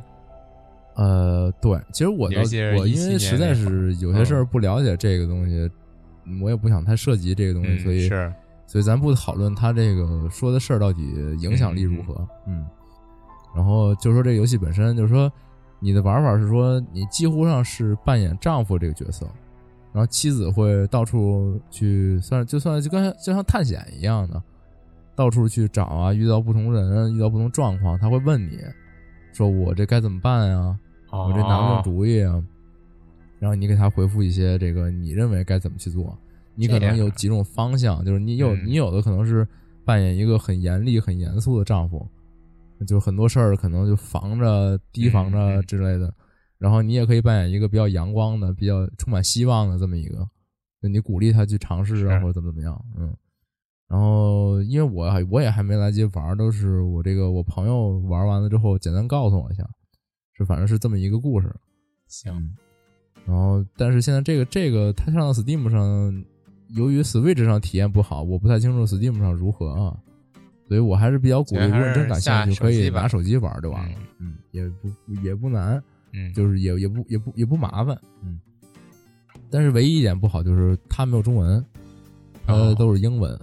Speaker 5: 呃，对，其实我倒
Speaker 4: 尤其是
Speaker 5: 我因
Speaker 4: 17
Speaker 5: 为实在
Speaker 4: 年那会嗯
Speaker 5: 是有些事儿不了解这个东西，嗯我也不想太涉及这个东西，
Speaker 4: 嗯
Speaker 5: 所以
Speaker 4: 是
Speaker 5: 所以咱不讨论他这个说的事儿到底影响力如何。嗯，然后就说这个游戏本身，就是说你的玩法是说你几乎上是扮演丈夫这个角色，然后妻子会到处去算，就算就跟就像探险一样的，到处去找啊，遇到不同人，遇到不同状况，他会问你说我这该怎么办啊呀、
Speaker 4: 我
Speaker 5: 我这拿
Speaker 4: 哦
Speaker 5: 不定主意啊。然后你给他回复一些这个你认为该怎么去做，你可
Speaker 4: 这样啊
Speaker 5: 能有几种方向，就是你有、
Speaker 4: 嗯
Speaker 5: 你有的可能是扮演一个很严厉、很严肃的丈夫，就是很多事儿可能就防着、提防
Speaker 4: 嗯
Speaker 5: 着
Speaker 4: 嗯
Speaker 5: 之类的。然后你也可以扮演一个比较阳光的、比较充满希望的这么一个，就你鼓励他去尝试啊，
Speaker 4: 是
Speaker 5: 或者怎么怎么样，嗯。然后，因为我还我也还没来得及玩，都是我这个我朋友玩完了之后，简单告诉我一下，是反正是这么一个故事。
Speaker 4: 行，
Speaker 5: 然后，但是现在这个这个它上到 Steam 上由于 Switch 上体验不好，我不太清楚 Steam 上如何啊，所以我还是比较鼓励，
Speaker 4: 对
Speaker 5: 如
Speaker 4: 还是
Speaker 5: 果你真感兴趣，
Speaker 4: 下手
Speaker 5: 可
Speaker 4: 机
Speaker 5: 以
Speaker 4: 吧
Speaker 5: 拿手机玩就完了，嗯，也不也不难，
Speaker 4: 嗯，
Speaker 5: 就是也也不也不也不麻烦，嗯。但是唯一一点不好就是它没有中文，它
Speaker 4: 哦
Speaker 5: 都是英文。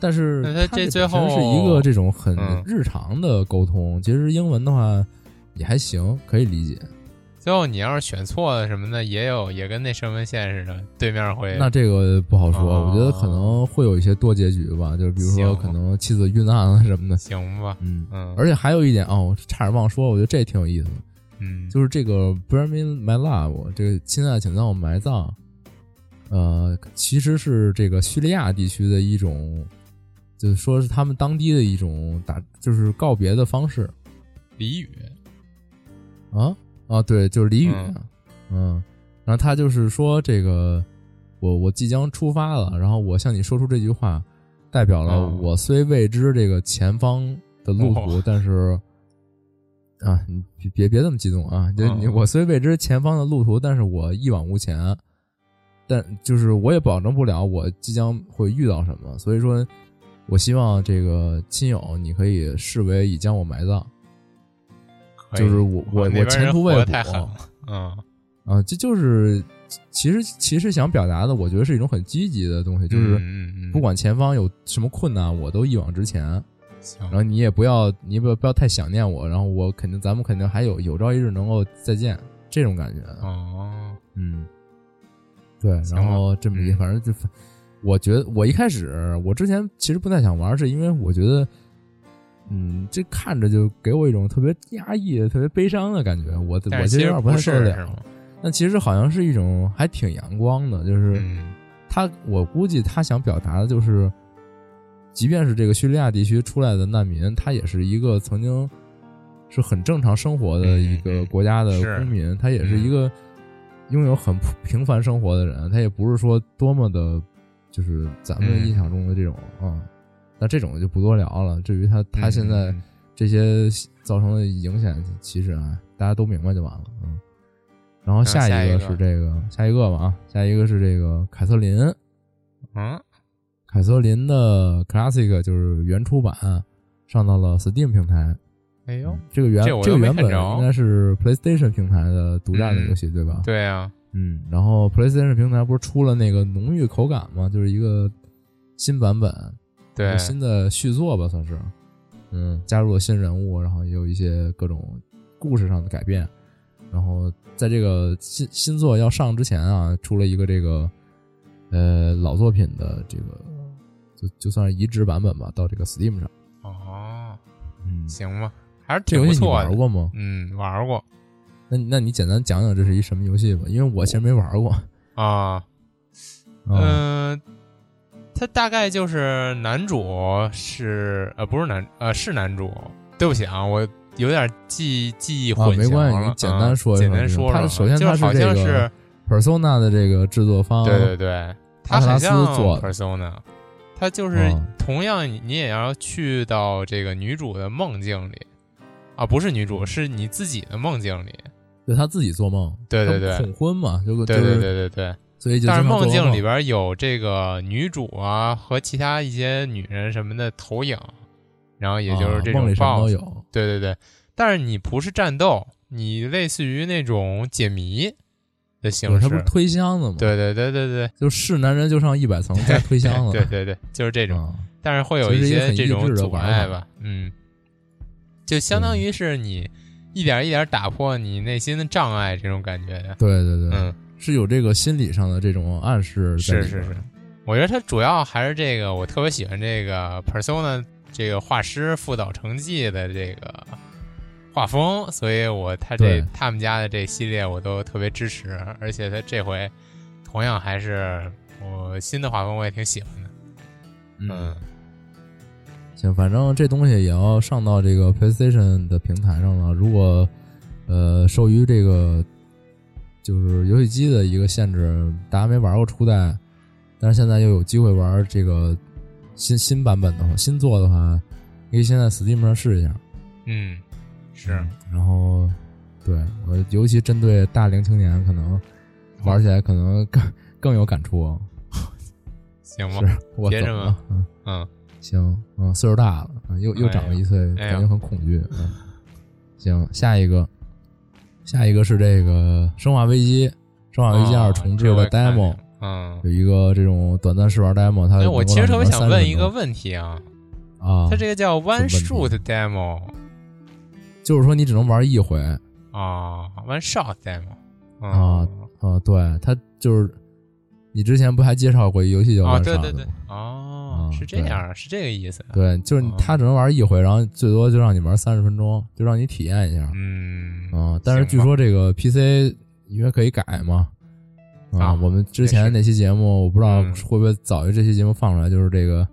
Speaker 5: 但是
Speaker 4: 那它
Speaker 5: 它
Speaker 4: 这
Speaker 5: 这
Speaker 4: 最
Speaker 5: 本身是
Speaker 4: 后
Speaker 5: 一个这种很
Speaker 4: 嗯
Speaker 5: 日常的沟通，其实英文的话也还行，可以理解。
Speaker 4: 最后你要是选错了什么的，也有也跟那升温线似的，对面会
Speaker 5: 那这个不好说，
Speaker 4: 哦
Speaker 5: 我觉得可能会有一些多结局吧，就是比如说
Speaker 4: 行
Speaker 5: 可能妻子遇难啊什么的，
Speaker 4: 行吧？
Speaker 5: 嗯。
Speaker 4: 嗯，
Speaker 5: 而且还有一点哦，差点忘说，我觉得这也挺有意思的，
Speaker 4: 嗯，
Speaker 5: 就是这个 “Bury me my love”，这个“亲爱，请将我埋葬”，呃，其实是这个叙利亚地区的一种，就是说是他们当地的一种打，就是告别的方式
Speaker 4: 俚语，
Speaker 5: 啊啊，对，就是俚语
Speaker 4: 嗯，
Speaker 5: 嗯，然后他就是说这个我我即将出发了，然后我向你说出这句话，代表了
Speaker 4: 哦
Speaker 5: 我虽未知这个前方的路途，
Speaker 4: 哦
Speaker 5: 但是啊，你别别别这么激动啊！就你、
Speaker 4: 嗯
Speaker 5: 我虽未知前方的路途，但是我一往无前，但就是我也保证不了我即将会遇到什么，所以说我希望这个亲友你可以视为已将我埋葬，
Speaker 4: 可以
Speaker 5: 就是我
Speaker 4: 哎哇那
Speaker 5: 我我
Speaker 4: 边
Speaker 5: 前
Speaker 4: 人
Speaker 5: 途
Speaker 4: 活
Speaker 5: 未
Speaker 4: 得
Speaker 5: 卜
Speaker 4: 太狠了，嗯
Speaker 5: 啊，这就是其实其实想表达的，我觉得是一种很积极的东西，就是。
Speaker 4: 嗯嗯嗯
Speaker 5: 不管前方有什么困难，我都一往直前。
Speaker 4: 行
Speaker 5: 然后你也不要，你也不要不要太想念我。然后我肯定，咱们肯定还有有朝一日能够再见，这种感觉。
Speaker 4: 哦，
Speaker 5: 嗯，对。
Speaker 4: 行
Speaker 5: 然后这么一，
Speaker 4: 嗯
Speaker 5: 反正就，我觉得我一开始我之前其实不太想玩，是因为我觉得，嗯，这看着就给我一种特别压抑、特别悲伤的感觉。我我觉
Speaker 4: 但
Speaker 5: 得
Speaker 4: 是其
Speaker 5: 有
Speaker 4: 实
Speaker 5: 点不
Speaker 4: 不
Speaker 5: 太
Speaker 4: 是
Speaker 5: 受得
Speaker 4: 是
Speaker 5: 了
Speaker 4: 吗。
Speaker 5: 但其实好像是一种还挺阳光的，就是。
Speaker 4: 嗯
Speaker 5: 他我估计他想表达的就是，即便是这个叙利亚地区出来的难民，他也是一个曾经是很正常生活的一
Speaker 4: 嗯嗯
Speaker 5: 个
Speaker 4: 嗯
Speaker 5: 国家的
Speaker 4: 是嗯
Speaker 5: 公民，他也是一个拥有很普平凡生活的人，他也不是说多么的，就是咱们
Speaker 4: 嗯
Speaker 5: 印象中的这种啊。那这种就不多聊了。至于他他现在
Speaker 4: 嗯
Speaker 5: 这些造成的影响，其实啊，大家都明白就完了。嗯。然后
Speaker 4: 嗯
Speaker 5: 下
Speaker 4: 下
Speaker 5: 一
Speaker 4: 一
Speaker 5: 个
Speaker 4: 个
Speaker 5: 是这个，下一个吧啊，下一个是这个凯瑟琳，
Speaker 4: 嗯
Speaker 5: 凯瑟琳的 Classic 就是原出版上到了 Steam 平台。
Speaker 4: 哎呦，
Speaker 5: 这个原
Speaker 4: 这我又
Speaker 5: 个原
Speaker 4: 没看
Speaker 5: 本
Speaker 4: 着嗯
Speaker 5: 应该是 PlayStation 平台的独占的游戏，对吧？，
Speaker 4: 对啊，
Speaker 5: 嗯。然后 PlayStation 平台不是出了那个浓郁口感吗？就是一个新版本，一
Speaker 4: 对
Speaker 5: 个，新的续作吧，算是。嗯，加入了新人物，然后也有一些各种故事上的改变。然后在这个新新作要上之前啊，出了一个这个呃老作品的这个就就算是移植版本吧，到这个 Steam 上。
Speaker 4: 哦，
Speaker 5: 嗯，
Speaker 4: 行吧，还是
Speaker 5: 这
Speaker 4: 挺
Speaker 5: 游
Speaker 4: 不
Speaker 5: 戏你
Speaker 4: 错的
Speaker 5: 玩。过吗？
Speaker 4: 嗯，玩过
Speaker 5: 那你那你简单讲讲这是一什么游戏吧？因为我其实没玩过。
Speaker 4: 啊，
Speaker 5: 啊
Speaker 4: 嗯，他大概就是男主是呃不是男呃是男主，对不起啊，我有点记记忆混
Speaker 5: 啊没
Speaker 4: 淆
Speaker 5: 关系
Speaker 4: 了
Speaker 5: 你简单说
Speaker 4: 啊
Speaker 5: 一
Speaker 4: 简单
Speaker 5: 说这个
Speaker 4: 说
Speaker 5: 他
Speaker 4: 说。
Speaker 5: 首先
Speaker 4: 就
Speaker 5: 他是
Speaker 4: 好像
Speaker 5: 这个
Speaker 4: 是
Speaker 5: Persona 的这个制作方，
Speaker 4: 对对对，它
Speaker 5: 哦阿特拉
Speaker 4: 很
Speaker 5: 斯
Speaker 4: 像
Speaker 5: 做的
Speaker 4: persona，它就是
Speaker 5: 哦
Speaker 4: 同样你你也要去到这个女主的梦境里啊，不是女
Speaker 5: 嗯
Speaker 4: 主，是你自己的梦境里。
Speaker 5: 就他自己做梦，
Speaker 4: 对对
Speaker 5: 他
Speaker 4: 对
Speaker 5: 恐婚嘛，就
Speaker 4: 对
Speaker 5: 就
Speaker 4: 对
Speaker 5: 是
Speaker 4: 对对对，
Speaker 5: 所以就
Speaker 4: 但是
Speaker 5: 经常
Speaker 4: 梦
Speaker 5: 做
Speaker 4: 境
Speaker 5: 噩
Speaker 4: 里边有这个女主啊和其他一些女人什么的投影，然后也就是
Speaker 5: 啊
Speaker 4: 这
Speaker 5: 梦
Speaker 4: 种
Speaker 5: 里什么
Speaker 4: boss
Speaker 5: 都。有，
Speaker 4: 对对对，但是你不是战斗，你类似于那种解谜的形
Speaker 5: 对他不是
Speaker 4: 式。
Speaker 5: 推箱子吗？，
Speaker 4: 对对对对对，
Speaker 5: 就是男人就上一百层再推箱子，
Speaker 4: 对对对，就是这种。
Speaker 5: 啊
Speaker 4: 但是会有
Speaker 5: 其实
Speaker 4: 一
Speaker 5: 也很
Speaker 4: 些这
Speaker 5: 益智
Speaker 4: 种
Speaker 5: 的
Speaker 4: 阻
Speaker 5: 玩
Speaker 4: 碍
Speaker 5: 法嗯
Speaker 4: 吧，嗯，就相当于是你一点一点打破你内心的障碍这种感觉的，
Speaker 5: 对对对，
Speaker 4: 嗯，
Speaker 5: 是有这个心理上的这种暗示在
Speaker 4: 是
Speaker 5: 里边
Speaker 4: 是是，我觉得它主要还是这个，我特别喜欢这个 Persona 这个画师副岛成纪的这个画风，所以我他这
Speaker 5: 对
Speaker 4: 他们家的这系列我都特别支持，而且他这回同样还是我新的画风我也挺喜欢的，
Speaker 5: 嗯，行，反正这东西也要上到这个 PlayStation 的平台上了。如果呃受于这个就是游戏机的一个限制，大家没玩过初代，但是现在又有机会玩这个新新版本的话，新作的话，你可以先在 Steam 上试一下。
Speaker 4: 嗯，是，
Speaker 5: 然后，对我尤其针对大龄青年，可能玩起来可能更更有感触。
Speaker 4: 行吗？
Speaker 5: 啊是我
Speaker 4: 接
Speaker 5: 懂
Speaker 4: 着
Speaker 5: 了
Speaker 4: 吧，
Speaker 5: 嗯，
Speaker 4: 嗯，
Speaker 5: 行，嗯，岁数大了，嗯，又又长了一岁，
Speaker 4: 哎呀
Speaker 5: 感觉很恐惧。嗯，行，下一个，下一个是这个《生化危机》，《生化危机二
Speaker 4: 哦》
Speaker 5: 重置
Speaker 4: 这我
Speaker 5: 的
Speaker 4: 也看
Speaker 5: demo，、呃
Speaker 4: 见嗯。
Speaker 5: 有一个这种短暂试玩 demo，它
Speaker 4: 哎，我其实特别想问一个
Speaker 5: 能够
Speaker 4: 问题啊，
Speaker 5: 让你玩30分钟啊，
Speaker 4: 它这个叫 One
Speaker 5: 什么问
Speaker 4: Shot Demo
Speaker 5: 就是说你只能玩一回
Speaker 4: 啊，One Shot Demo 嗯
Speaker 5: 啊啊，对，它就是你之前不还介绍过一游戏叫
Speaker 4: 哦，
Speaker 5: 玩
Speaker 4: 对
Speaker 5: 啥
Speaker 4: 对
Speaker 5: 的
Speaker 4: 对
Speaker 5: 吗？，
Speaker 4: 哦，
Speaker 5: 嗯
Speaker 4: 是这
Speaker 5: 对
Speaker 4: 样，是这个意思。
Speaker 5: 对，就是
Speaker 4: 啊
Speaker 5: 你它只能玩一回，然后最多就让你玩三十分钟，就让你体验一下。
Speaker 4: 嗯
Speaker 5: 啊，但是
Speaker 4: 行
Speaker 5: 据
Speaker 4: 吧
Speaker 5: 说这个 PC 因为可以改嘛，
Speaker 4: 啊
Speaker 5: 我们之
Speaker 4: 也
Speaker 5: 前
Speaker 4: 是
Speaker 5: 那期节目我不知道
Speaker 4: 嗯
Speaker 5: 会不会早于这期节目放出来，就是这个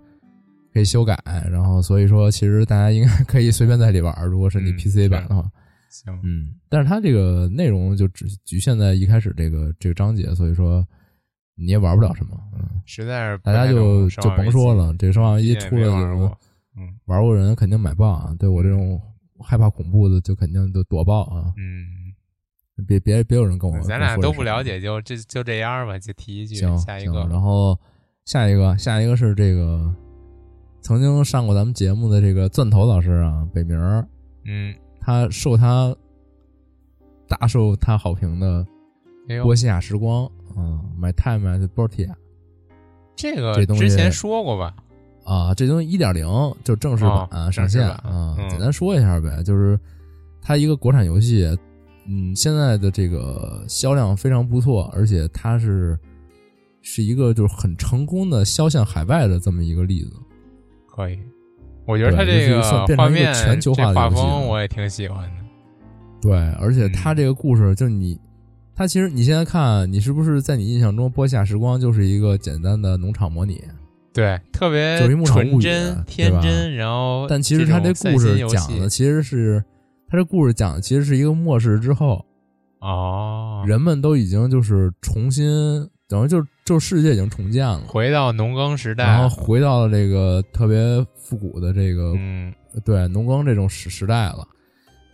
Speaker 5: 可以修改，然后所以说其实大家应该可以随便在里玩儿，如果是你
Speaker 4: 嗯
Speaker 5: PC 版
Speaker 4: 是
Speaker 5: 的话，
Speaker 4: 行，
Speaker 5: 嗯，但是它这个内容就只局限在一开始这个这个章节，所以说你也玩不了什么，嗯，
Speaker 4: 实在是不
Speaker 5: 大家
Speaker 4: 太
Speaker 5: 就
Speaker 4: 懂生
Speaker 5: 就
Speaker 4: 化
Speaker 5: 甭
Speaker 4: 危
Speaker 5: 说
Speaker 4: 机，
Speaker 5: 了，这个《生化危
Speaker 4: 毕
Speaker 5: 机
Speaker 4: 竟》也
Speaker 5: 出
Speaker 4: 没
Speaker 5: 了
Speaker 4: 玩
Speaker 5: 有
Speaker 4: 过，嗯
Speaker 5: 玩过人肯定买爆啊，对我这种害怕恐怖的就肯定就躲爆啊，
Speaker 4: 嗯，
Speaker 5: 别别别有人跟我，
Speaker 4: 咱俩
Speaker 5: 哦跟
Speaker 4: 都
Speaker 5: 我说这
Speaker 4: 不
Speaker 5: 事儿
Speaker 4: 了。解，就这就这样吧，就提一句，
Speaker 5: 行，
Speaker 4: 下一个
Speaker 5: 行，然后下一个，下一个是这个曾经上过咱们节目的这个钻头老师啊，北明儿，
Speaker 4: 嗯，
Speaker 5: 他受他大受他好评的
Speaker 4: 哎
Speaker 5: 《
Speaker 4: 呦
Speaker 5: 波，西亚时光》啊，《My Time at Bortia》
Speaker 4: 这
Speaker 5: 这
Speaker 4: 个
Speaker 5: 东
Speaker 4: 之
Speaker 5: 西
Speaker 4: 前说过吧？
Speaker 5: 啊，这东西一点零就正式版、
Speaker 4: 哦
Speaker 5: 上
Speaker 4: 正式
Speaker 5: 线
Speaker 4: 版
Speaker 5: 啊，
Speaker 4: 嗯
Speaker 5: 简单说一下呗，就是它一个国产游戏，嗯，现在的这个销量非常不错，而且它是是一个就是很成功的销向海外的这么一个例子。
Speaker 4: 可以，我觉得
Speaker 5: 对
Speaker 4: 它这
Speaker 5: 就是算变成
Speaker 4: 画
Speaker 5: 一个
Speaker 4: 面、
Speaker 5: 全球化
Speaker 4: 这
Speaker 5: 的
Speaker 4: 画
Speaker 5: 游戏
Speaker 4: 风
Speaker 5: 了
Speaker 4: 我也挺喜欢的。
Speaker 5: 对，而且它这个故事就你，它其实你现在看，你是不是在你印象中《播下时光》就是一个简单的农场模拟？
Speaker 4: 对，特别
Speaker 5: 就是一牧场
Speaker 4: 纯
Speaker 5: 物语啊
Speaker 4: 真、
Speaker 5: 对
Speaker 4: 天
Speaker 5: 吧
Speaker 4: 真，然后
Speaker 5: 但其实
Speaker 4: 它
Speaker 5: 它哦这故事讲的其实是，它这故事讲的其实是一个末世之后，
Speaker 4: 哦，
Speaker 5: 人们都已经就是重新，等于就是就世界已经重建了，
Speaker 4: 回到农耕时代，
Speaker 5: 然后回到了这个特别复古的这个、
Speaker 4: 嗯
Speaker 5: 对农耕这种时时代了。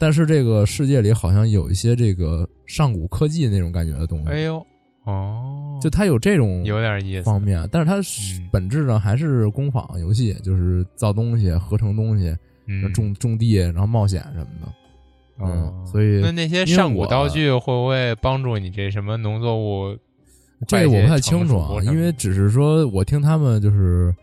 Speaker 5: 但是这个世界里好像有一些这个上古科技那种感觉的东西，
Speaker 4: 哎呦，哦，
Speaker 5: 就它有这种
Speaker 4: 有点意思
Speaker 5: 方，面，但是它是
Speaker 4: 嗯
Speaker 5: 本质上还是工坊游戏，就是造东西、合成东西、
Speaker 4: 嗯，
Speaker 5: 种种地，然后冒险什么的。
Speaker 4: 哦
Speaker 5: 嗯，所以
Speaker 4: 那那些
Speaker 5: 因为
Speaker 4: 上古
Speaker 5: 我
Speaker 4: 道具会不会帮助你这什么农作物？
Speaker 5: 这个我不太清楚啊，因为只是说我听他们就是，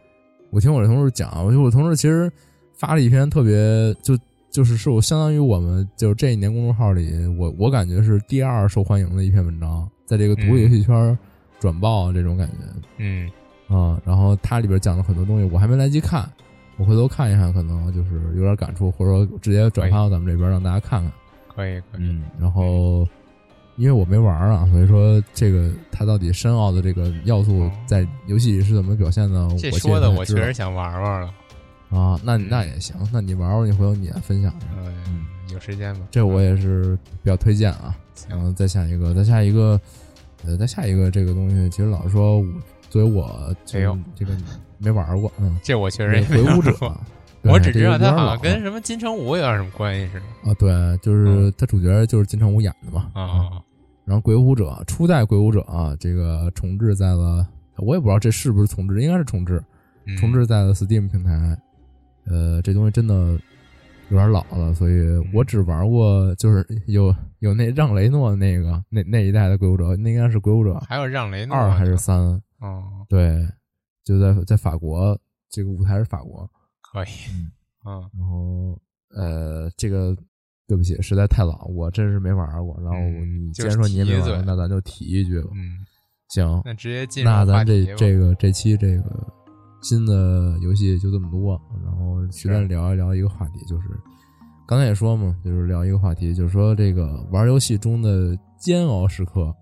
Speaker 5: 我听我的同事讲，我就我同事其实发了一篇特别就就是是我相当于我们就是这一年公众号里，我我感觉是第二受欢迎的一篇文章，在这个独立游戏圈转爆这种感觉。
Speaker 4: 嗯
Speaker 5: 啊、然后它里边讲了很多东西，我还没来及看，我回头看一看，可能就是有点感触，或者说直接转发到咱们这边让大家看看。
Speaker 4: 可以可以，
Speaker 5: 嗯，然后因为我没玩啊，所以说这个它到底深奥的这个要素在游戏里是怎么表现呢？
Speaker 4: 哦这
Speaker 5: 我
Speaker 4: 说的
Speaker 5: 我
Speaker 4: 我确实想玩玩了，
Speaker 5: 啊，那
Speaker 4: 嗯
Speaker 5: 那也行，那你玩玩，你回头你也分享一下。
Speaker 4: 嗯，有时间吧，
Speaker 5: 这我也是比较推荐啊。然后再下一个，再下一个，呃，再下一个这个东西，其实老实说，我作为我就
Speaker 4: 哎
Speaker 5: 是
Speaker 4: 呦
Speaker 5: 这个没玩过，嗯。
Speaker 4: 这我 确实
Speaker 5: 这
Speaker 4: 也
Speaker 5: 啊
Speaker 4: 没
Speaker 5: 回
Speaker 4: 玩
Speaker 5: 舞者
Speaker 4: 过，
Speaker 5: 对
Speaker 4: 我只知道
Speaker 5: 这个有
Speaker 4: 它
Speaker 5: 点
Speaker 4: 好像
Speaker 5: 老
Speaker 4: 跟什么金城武有点什么关系似的
Speaker 5: 啊，对，就是他主角就是金城武演的嘛。
Speaker 4: 啊。
Speaker 5: 然后《鬼舞者》初代《鬼舞者》啊，这个重置在了，我也不知道这是不是重置，应该是重置，
Speaker 4: 嗯
Speaker 5: 重置在了 Steam 平台。呃，这东西真的有点老了，所以
Speaker 4: 嗯
Speaker 5: 我只玩过就是有有那让雷诺那个那那一代的《鬼舞者》，那应该是《鬼舞者》
Speaker 4: 还有让雷诺
Speaker 5: 二还是
Speaker 4: 呢
Speaker 5: 三？
Speaker 4: 哦，
Speaker 5: 对，就在在法国，这个舞台是法国。
Speaker 4: 可以，嗯
Speaker 5: 然后呃，这个对不起，实在太老，我真是没玩儿过。然后
Speaker 4: 嗯
Speaker 5: 你既
Speaker 4: 就是
Speaker 5: 然说你也没
Speaker 4: 提一
Speaker 5: 玩儿过，
Speaker 4: 嘴
Speaker 5: 那咱就提一句吧。
Speaker 4: 嗯，
Speaker 5: 行，
Speaker 4: 那直接进入
Speaker 5: 那
Speaker 4: 话
Speaker 5: 咱这
Speaker 4: 题吧。
Speaker 5: 这个这期这个新的游戏就这么多，然后随便聊一聊一个话题，就是刚才也说嘛，就是聊一个话题，就是说这个玩游戏中的煎熬时刻。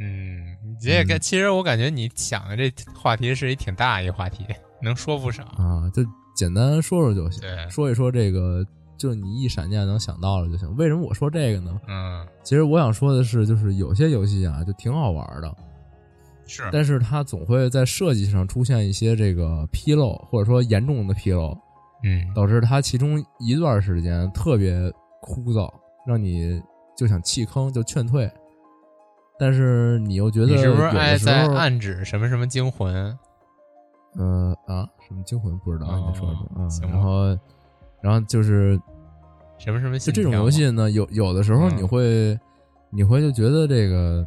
Speaker 4: 嗯，你这个
Speaker 5: 嗯
Speaker 4: 其实我感觉你想的这话题是一挺大一话题，能说不少。
Speaker 5: 啊，就简单说说就行
Speaker 4: 对，
Speaker 5: 说一说这个，就是你一闪念能想到了就行。为什么我说这个呢？
Speaker 4: 嗯，
Speaker 5: 其实我想说的是，就是有些游戏啊，就挺好玩的，
Speaker 4: 是，
Speaker 5: 但是它总会在设计上出现一些这个纰漏，或者说严重的纰漏，
Speaker 4: 嗯，
Speaker 5: 导致它其中一段时间特别枯燥，让你就想弃坑，就劝退。但是你又觉得
Speaker 4: 你是不是
Speaker 5: 有的
Speaker 4: 爱
Speaker 5: 时
Speaker 4: 在
Speaker 5: 候
Speaker 4: 暗指什么什么惊魂？
Speaker 5: 呃啊，什么惊魂不知道，你再说说
Speaker 4: 哦
Speaker 5: 啊。
Speaker 4: 行吧
Speaker 5: 然后，然后就是
Speaker 4: 什么什么心
Speaker 5: 就这
Speaker 4: 跳吗？
Speaker 5: 种游戏呢，有有的时候你
Speaker 4: 嗯
Speaker 5: 会、你会就觉得这个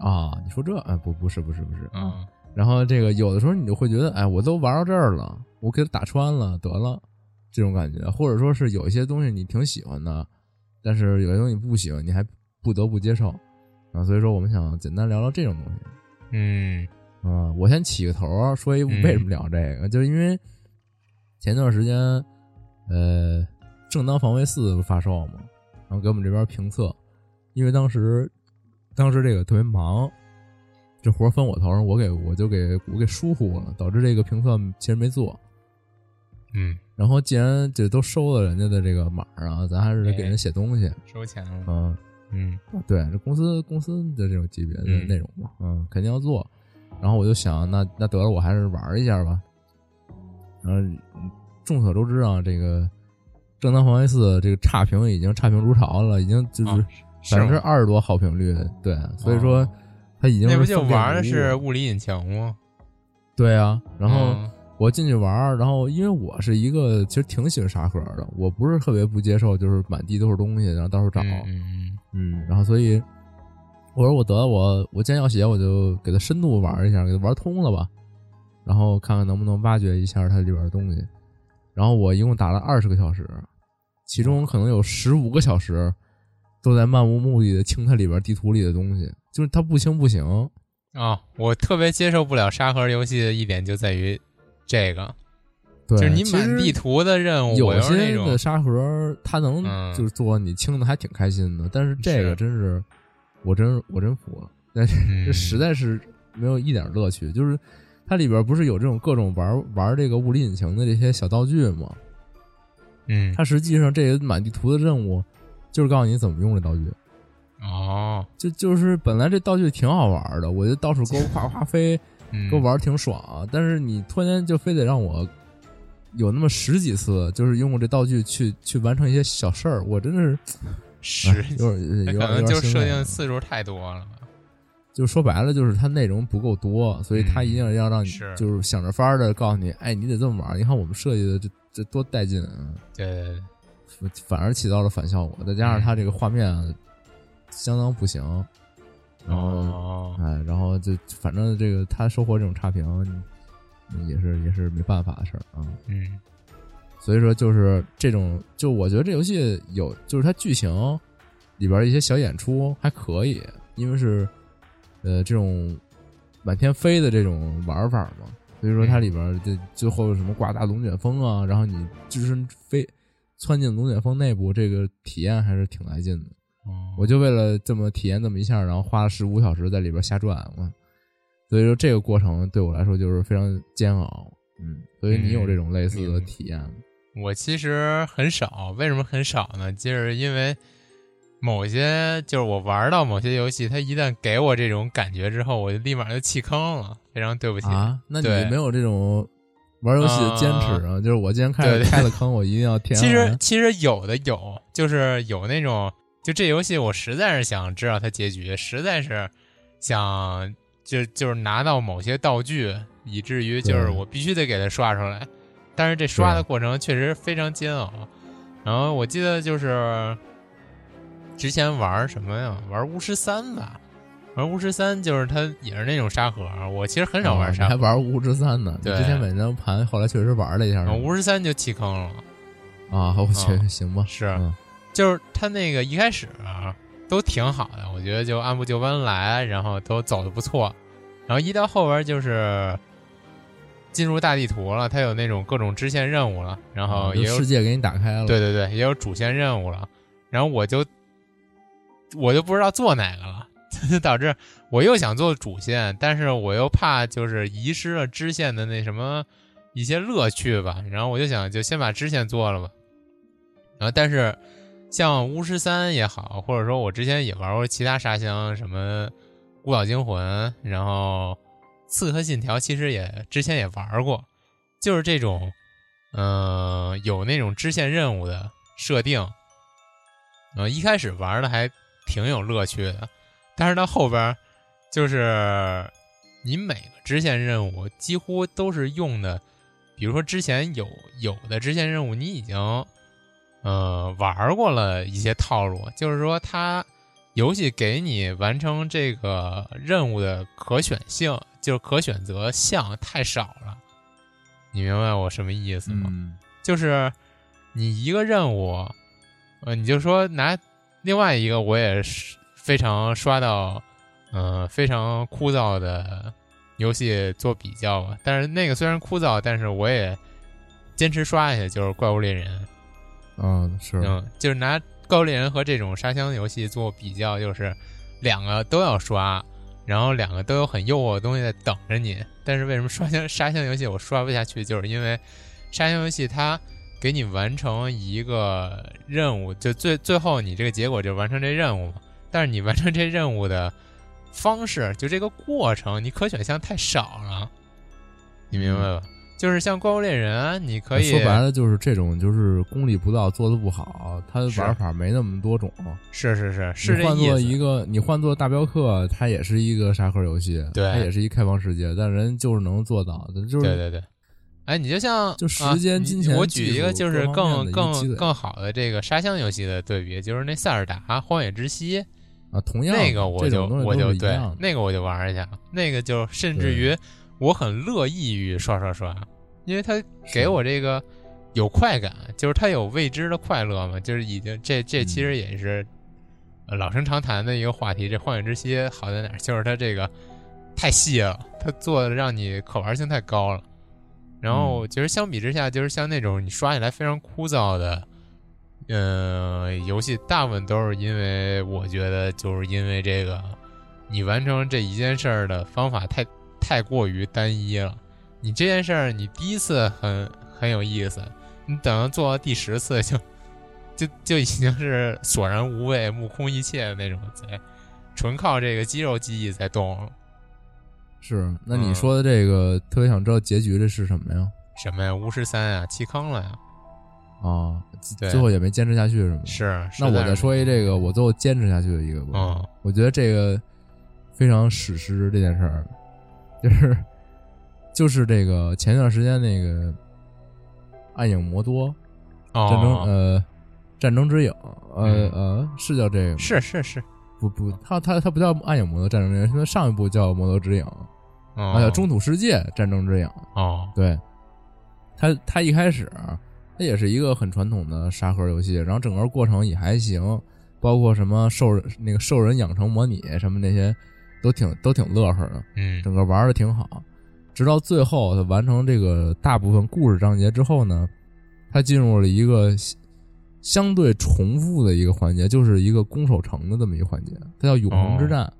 Speaker 5: 啊，你说这啊不不是不是不是，
Speaker 4: 嗯，
Speaker 5: 然后这个有的时候你就会觉得，哎，我都玩到这儿了，我给它打穿了，得了，这种感觉，或者说是有一些东西你挺喜欢的，但是有些东西不喜欢，你还不得不接受啊。所以说，我们想简单聊聊这种东西。
Speaker 4: 嗯
Speaker 5: 啊、我先起个头儿，说一
Speaker 4: 嗯
Speaker 5: 为什么聊这个，就是因为前段时间，呃，正当防卫四不发售嘛，然后给我们这边评测，因为当时当时这个特别忙，这活儿分我头上，我给我就给我给疏忽了，导致这个评测其实没做。
Speaker 4: 嗯，
Speaker 5: 然后既然这都收了人家的这个码儿啊，咱还是得给人写东西，
Speaker 4: 收钱了。
Speaker 5: 嗯、
Speaker 4: 嗯
Speaker 5: 对，这公司公司的这种级别的
Speaker 4: 嗯
Speaker 5: 内容嘛，嗯，肯定要做。然后我就想，那那得了，我还是玩一下吧。然后嗯众所周知啊，这个《正当防卫四》这个差评已经差评如潮了，已经就是
Speaker 4: 啊是
Speaker 5: 百分之
Speaker 4: 吗
Speaker 5: 二十多好评率，对，所以说
Speaker 4: 哦
Speaker 5: 它已经
Speaker 4: 那不
Speaker 5: 是
Speaker 4: 就
Speaker 5: 饭店
Speaker 4: 玩的
Speaker 5: 礼物
Speaker 4: 是物理引擎吗？
Speaker 5: 对啊。然后
Speaker 4: 嗯
Speaker 5: 我进去玩儿，然后因为我是一个其实挺喜欢沙盒的，我不是特别不接受就是满地都是东西，然后到处找。
Speaker 4: 嗯嗯
Speaker 5: 嗯，然后所以我说我得了我我既然要写，我就给它深度玩一下，给它玩通了吧，然后看看能不能挖掘一下它里边的东西。然后我一共打了二十个小时，其中可能有十五个小时都在漫无目的的清它里边地图里的东西，就是它不清不行。
Speaker 4: 嗯啊，我特别接受不了沙盒游戏的一点就在于这个，
Speaker 5: 对，
Speaker 4: 就是你
Speaker 5: 其
Speaker 4: 满
Speaker 5: 实
Speaker 4: 地图的任务，我
Speaker 5: 有
Speaker 4: 要是那
Speaker 5: 些
Speaker 4: 种
Speaker 5: 的沙盒，它能
Speaker 4: 嗯
Speaker 5: 就是做你清的还挺开心的，但是这个
Speaker 4: 是
Speaker 5: 真是，我真我真服了，但是
Speaker 4: 嗯
Speaker 5: 这实在是没有一点乐趣。就是它里边不是有这种各种玩玩这个物理引擎的这些小道具吗？
Speaker 4: 嗯
Speaker 5: 它实际上这些满地图的任务就是告诉你怎么用这道具，
Speaker 4: 哦
Speaker 5: 就就是本来这道具挺好玩的，我就到处勾夸夸飞，
Speaker 4: 嗯
Speaker 5: 给我玩儿挺爽，但是你突然间就非得让我有那么十几次，就是用过这道具去去完成一些小事儿，我真的是
Speaker 4: 十
Speaker 5: 哎，有点
Speaker 4: 那
Speaker 5: 有点有
Speaker 4: 可能
Speaker 5: 点
Speaker 4: 就
Speaker 5: 心
Speaker 4: 设
Speaker 5: 累
Speaker 4: 定
Speaker 5: 了
Speaker 4: 次数太多了。
Speaker 5: 就说白了，就是它内容不够多，所以它一定要让你、
Speaker 4: 嗯是
Speaker 5: 就是想着法儿的告诉你，哎，你得这么玩儿。你看我们设计的这这多带劲啊！
Speaker 4: 对对对，
Speaker 5: 反而起到了反效果，再
Speaker 4: 嗯
Speaker 5: 加上它这个画面啊相当不行，然后、
Speaker 4: 哦
Speaker 5: 哎，然后就反正这个他收获这种差评，嗯也是也是没办法的事儿啊。
Speaker 4: 嗯
Speaker 5: 所以说就是这种，就我觉得这游戏有，就是它剧情里边一些小演出还可以，因为是呃这种满天飞的这种玩法嘛，所以说它里边这最后什么刮大龙卷风啊，然后你就是飞窜进龙卷风内部，这个体验还是挺来劲的。
Speaker 4: 哦
Speaker 5: 我就为了这么体验这么一下，然后花了十五小时在里边瞎转，我所以说这个过程对我来说就是非常煎熬，嗯，所以你有这种类似的体验吗？
Speaker 4: 我其实很少，为什么很少呢？就是因为某些，就是我玩到某些游戏，它一旦给我这种感觉之后，我就立马就弃坑了，非常 对不起。
Speaker 5: 啊，那你
Speaker 4: 对嗯
Speaker 5: 没有这种玩游戏的坚持啊？就是我今天开
Speaker 4: 对对
Speaker 5: 始开了坑，我一定要填
Speaker 4: 其实
Speaker 5: 完。
Speaker 4: 其实有的有，就是有那种，就这游戏我实在是想知道它结局，实在是想就就是拿到某些道具，以至于就是
Speaker 5: 对
Speaker 4: 我必须得给它刷出来。但是这刷的过程确实非常煎熬。然后我记得就是之前玩什么呀？玩巫师三吧，玩巫师三就是它也是那种沙盒，我其实很少玩
Speaker 5: 啊你
Speaker 4: 沙盒，
Speaker 5: 还玩巫师三呢？你
Speaker 4: 对嗯
Speaker 5: 之前买那张盘，后来确实玩了一下
Speaker 4: 然后巫师三就弃坑了。
Speaker 5: 啊，我觉得行吧，
Speaker 4: 是啊
Speaker 5: 嗯
Speaker 4: 就是他那个一开始、啊、都挺好的，我觉得就按部就班来，然后都走的不错。然后一到后边就是进入大地图了，它有那种各种支线任务了，然后
Speaker 5: 啊
Speaker 4: 也
Speaker 5: 就
Speaker 4: 有、
Speaker 5: 世界给你打开了，
Speaker 4: 对对对，也有主线任务了。然后我就我就不知道做哪个了， 就导致我又想做主线，但是我又怕就是遗失了支线的那什么一些乐趣吧。然后我就想，就先把支线做了吧。然后，但是像巫师三也好，或者说我之前也玩过其他沙箱，什么孤岛惊魂，然后刺客信条，其实也之前也玩过，就是这种，嗯、有那种支线任务呃的设定。嗯、一开始玩的还挺有乐趣的，但是到后边儿就是你每个支线任务几乎都是用的，比如说之前有有的支线任务你已经呃玩儿过了一些套路，就是说它游戏给你完成这个任务的可选性，就是可选择项太少了。你明白我什么意思吗？
Speaker 5: 嗯，
Speaker 4: 就是你一个任务，呃，你就说拿另外一个，我也是非常刷到，呃，非常枯燥的游戏做比较吧。但是那个虽然枯燥，但是我也坚持刷下去，就是《怪物猎人》。
Speaker 5: 啊，是，
Speaker 4: 嗯，就是拿《怪物猎人》和这种沙箱游戏做比较，就是两个都要刷，然后两个都有很诱惑的东西在等着你。但是为什么刷箱沙箱游戏我刷不下去，就是因为沙箱游戏它给你完成一个任务，就最最后你这个结果就完成这任务嘛。但是你完成这任务的方式，就这个过程，你可选项太少了，你明白吧？就是像《怪物猎人》，啊你可以
Speaker 5: 嗯哎说白了就是这种，就是功力不到，做的不好，它
Speaker 4: 是
Speaker 5: 玩法没那么多种。
Speaker 4: 是是是是
Speaker 5: 你
Speaker 4: 这
Speaker 5: 换
Speaker 4: 意
Speaker 5: 做
Speaker 4: 思。
Speaker 5: 一个，你换做大镖客，它也是一个沙盒游戏，
Speaker 4: 对
Speaker 5: 它也是一开放世界，但人就是能做到，就是
Speaker 4: 对对对，哎，你就像
Speaker 5: 嗯就时
Speaker 4: 啊
Speaker 5: 间
Speaker 4: 你
Speaker 5: 金钱
Speaker 4: 我
Speaker 5: 技
Speaker 4: 举一个
Speaker 5: 术
Speaker 4: 就是
Speaker 5: 各方面
Speaker 4: 更
Speaker 5: 的一个积
Speaker 4: 更
Speaker 5: 累
Speaker 4: 更好的这个沙箱游戏的对比，就是那塞尔达《荒野之息》
Speaker 5: 啊，同样
Speaker 4: 那个，我
Speaker 5: 这
Speaker 4: 就
Speaker 5: 种东西
Speaker 4: 我
Speaker 5: 都
Speaker 4: 就是
Speaker 5: 一
Speaker 4: 对
Speaker 5: 样的。
Speaker 4: 那个我就玩一下，那个就甚至
Speaker 5: 对
Speaker 4: 于我很乐意于刷刷刷，因为它给
Speaker 5: 是
Speaker 4: 我这个有快感，就是它有未知的快乐嘛，就是已经这这其实也是呃老生常谈的一个话题。这《荒野之息》好在哪儿？就是它这个太细了，它做的让你可玩性太高了。然后其实相比之下，就是像那种你刷起来非常枯燥的，呃，游戏大部分都是因为我觉得就是因为这个，你完成这一件事儿的方法太太过于单一了。你这件事儿，你第一次很很有意思，你等到做到第十次就就就已经是索然无味、目空一切的那种，在纯靠这个肌肉记忆在动了
Speaker 5: 是，那
Speaker 4: 嗯
Speaker 5: 你说的这个，特别想知道结局这是什么呀？
Speaker 4: 什么呀，巫师三啊，弃坑了呀，
Speaker 5: 啊，
Speaker 4: 对
Speaker 5: 最后也没坚持下去是吗？。
Speaker 4: 是。
Speaker 5: 那我
Speaker 4: 实在
Speaker 5: 再
Speaker 4: 是
Speaker 5: 说一这个，我最后坚持下去的一个故事
Speaker 4: 嗯
Speaker 5: 我觉得这个非常史诗这件事儿，就是 就是这个前段时间那个《暗影魔多》
Speaker 4: 哦，
Speaker 5: 战争、呃战争之影呃、
Speaker 4: 嗯
Speaker 5: 呃是叫这个吗
Speaker 4: 是是是，
Speaker 5: 不不，它它它不叫《暗影魔多战争之影》，它上一部叫《魔多之影》，
Speaker 4: 哦
Speaker 5: 啊叫《中土世界战争之影》。
Speaker 4: 哦，
Speaker 5: 对，它它一开始它也是一个很传统的沙盒游戏，然后整个过程也还行，包括什么兽人那个兽人养成模拟什么那些，都挺都挺乐呵的，
Speaker 4: 嗯
Speaker 5: 整个玩的挺好。直到最后它完成这个大部分故事章节之后呢，它进入了一个相相对重复的一个环节，就是一个攻守城的这么一个环节，它叫永恒之战。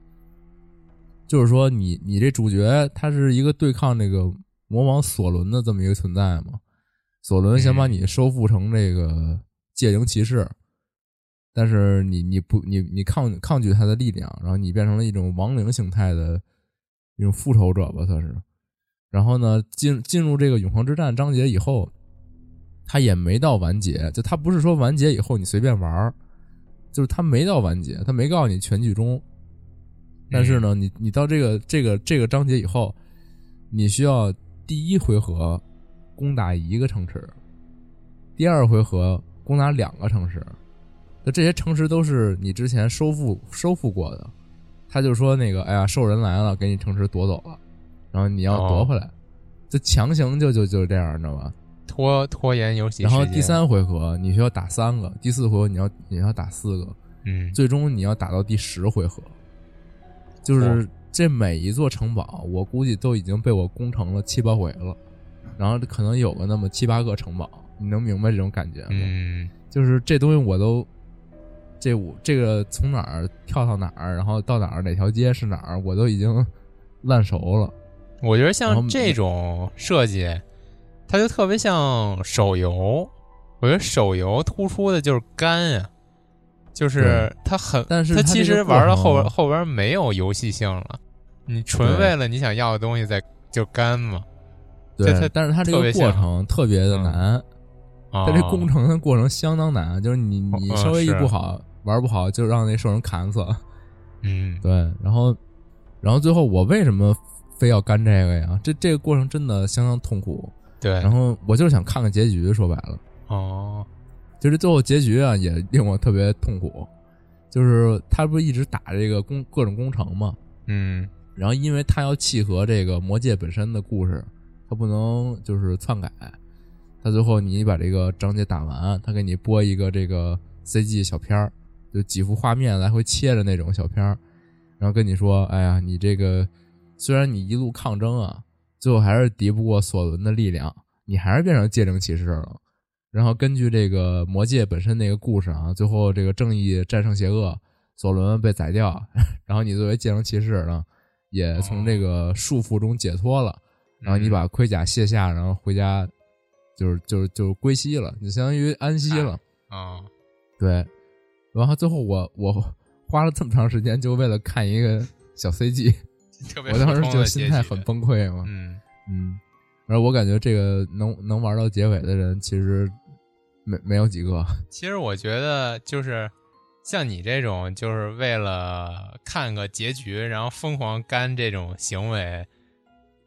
Speaker 5: 就是说你，你这主角他是一个对抗那个魔王索伦的这么一个存在嘛？索伦想把你收复成这个戒灵骑士，但是你你不你你抗抗拒他的力量，然后你变成了一种亡灵形态的一种复仇者吧，算是。然后呢，进进入这个永恒之战章节以后，它也没到完结，就它不是说完结以后你随便玩儿，就是它没到完结，它没告诉你全剧终。但是呢，你你到这个这个这个章节以后，你需要第一回合攻打一个城池，第二回合攻打两个城市，那这些城池都是你之前收复收复过的。他就说那个，哎呀，兽人来了，给你城池夺走了，然后你要夺回来，就强行就就就这样，你知道吧？
Speaker 4: 拖拖延游戏时
Speaker 5: 然
Speaker 4: 间。
Speaker 5: 后第三回合你需要打三个，第四回合你要你要打四个，
Speaker 4: 嗯，
Speaker 5: 最终你要打到第十回合，就是这每一座城堡，我估计都已经被我攻城了七八回了，然后可能有个那么七八个城堡，你能明白这种感觉吗？
Speaker 4: 嗯
Speaker 5: 就是这东西我都，这我这个从哪儿跳到哪儿，然后到哪儿哪条街是哪儿，我都已经烂熟了。
Speaker 4: 我觉得
Speaker 5: 然
Speaker 4: 像
Speaker 5: 后嗯
Speaker 4: 这种设计，它就特别像手游。我觉得手游突出的就是干呀，就是
Speaker 5: 对
Speaker 4: 它很，
Speaker 5: 但是
Speaker 4: 它
Speaker 5: 它
Speaker 4: 其
Speaker 5: 这个
Speaker 4: 实玩到
Speaker 5: 过程
Speaker 4: 后边后边没有游戏性了，你纯
Speaker 5: 对
Speaker 4: 为了你想要的东西在就干嘛。
Speaker 5: 对
Speaker 4: 这它，
Speaker 5: 但是它这
Speaker 4: 特
Speaker 5: 个
Speaker 4: 别
Speaker 5: 过
Speaker 4: 像
Speaker 5: 程特别的
Speaker 4: 嗯
Speaker 5: 难，
Speaker 4: 啊，
Speaker 5: 它这工程的过程相当难，就是你
Speaker 4: 哦
Speaker 5: 你
Speaker 4: 嗯
Speaker 5: 稍微一
Speaker 4: 是
Speaker 5: 不好玩不好，就让那兽人砍死了，
Speaker 4: 嗯，
Speaker 5: 对，然后，然后最后我为什么非要干这个呀？这这个过程真的相当痛苦。
Speaker 4: 对，
Speaker 5: 然后我就是想看看结局，说白了，
Speaker 4: 哦，
Speaker 5: 就是最后结局啊也令我特别痛苦。就是他不是一直打这个工各种工程嘛，
Speaker 4: 嗯
Speaker 5: 然后因为他要契合这个魔界本身的故事，他不能就是篡改。他最后你把这个章节打完，他给你播一个这个 CG 小片儿，就几幅画面来回切着那种小片儿，然后跟你说：“哎呀，你这个虽然你一路抗争啊，最后还是敌不过索伦的力量，你还是变成戒灵骑士了。”然后根据这个魔界本身那个故事啊，最后这个正义战胜邪恶，索伦被宰掉， 然后你作为戒灵骑士呢，也从这个束缚中解脱了，然
Speaker 4: 嗯
Speaker 5: 后你把盔甲卸下，然后回家，就是就是就是归西了，你相当于安息了。
Speaker 4: 哦，
Speaker 5: 对，然后最后我我花了这么长时间，就为了看一个 小 CG，
Speaker 4: 特别
Speaker 5: 我当时
Speaker 4: 普通
Speaker 5: 就
Speaker 4: 的
Speaker 5: 心
Speaker 4: 结
Speaker 5: 态
Speaker 4: 局
Speaker 5: 很崩溃嘛。
Speaker 4: 嗯
Speaker 5: 嗯，然后我感觉这个能能玩到结尾的人，其实没没有几个。
Speaker 4: 其实我觉得就是像你这种，就是为了看个结局，然后疯狂干这种行为，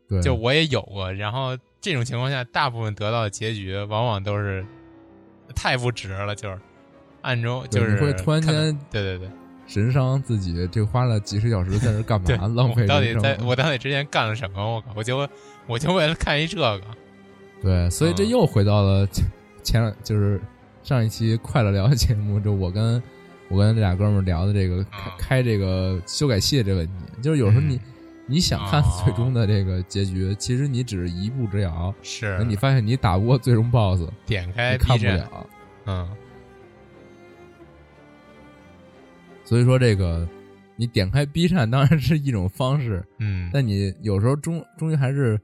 Speaker 5: 对，
Speaker 4: 就我也有过。然后这种情况下，大部分得到的结局往往都是太不值了，就是暗中
Speaker 5: 对
Speaker 4: 就
Speaker 5: 你
Speaker 4: 是
Speaker 5: 会突然
Speaker 4: 看到
Speaker 5: 间啊
Speaker 4: 对对对
Speaker 5: 神伤自己，这花了几十小时在这干
Speaker 4: 对，
Speaker 5: 嘛？浪费
Speaker 4: 我到底
Speaker 5: 人生
Speaker 4: 在我到底之前干了什么？我靠，我就我就为了看一这个，
Speaker 5: 对，所以这
Speaker 4: 嗯
Speaker 5: 又回到了前前两就是上一期快乐聊的节目，就我跟我跟这俩哥们儿聊的这个开
Speaker 4: 嗯
Speaker 5: 开这个修改器的这问题，就是有时候你、你想看
Speaker 4: 哦
Speaker 5: 最终的这个结局，其实你只是一步之遥，
Speaker 4: 嗯是
Speaker 5: 你发现你打不过最终 BOSS，
Speaker 4: 点
Speaker 5: 你
Speaker 4: 开 B
Speaker 5: 看不
Speaker 4: 站，
Speaker 5: 了。
Speaker 4: 嗯
Speaker 5: 所以说这个你点开 B 站 当然是一种方式，
Speaker 4: 嗯，
Speaker 5: 但你有时候终终于还是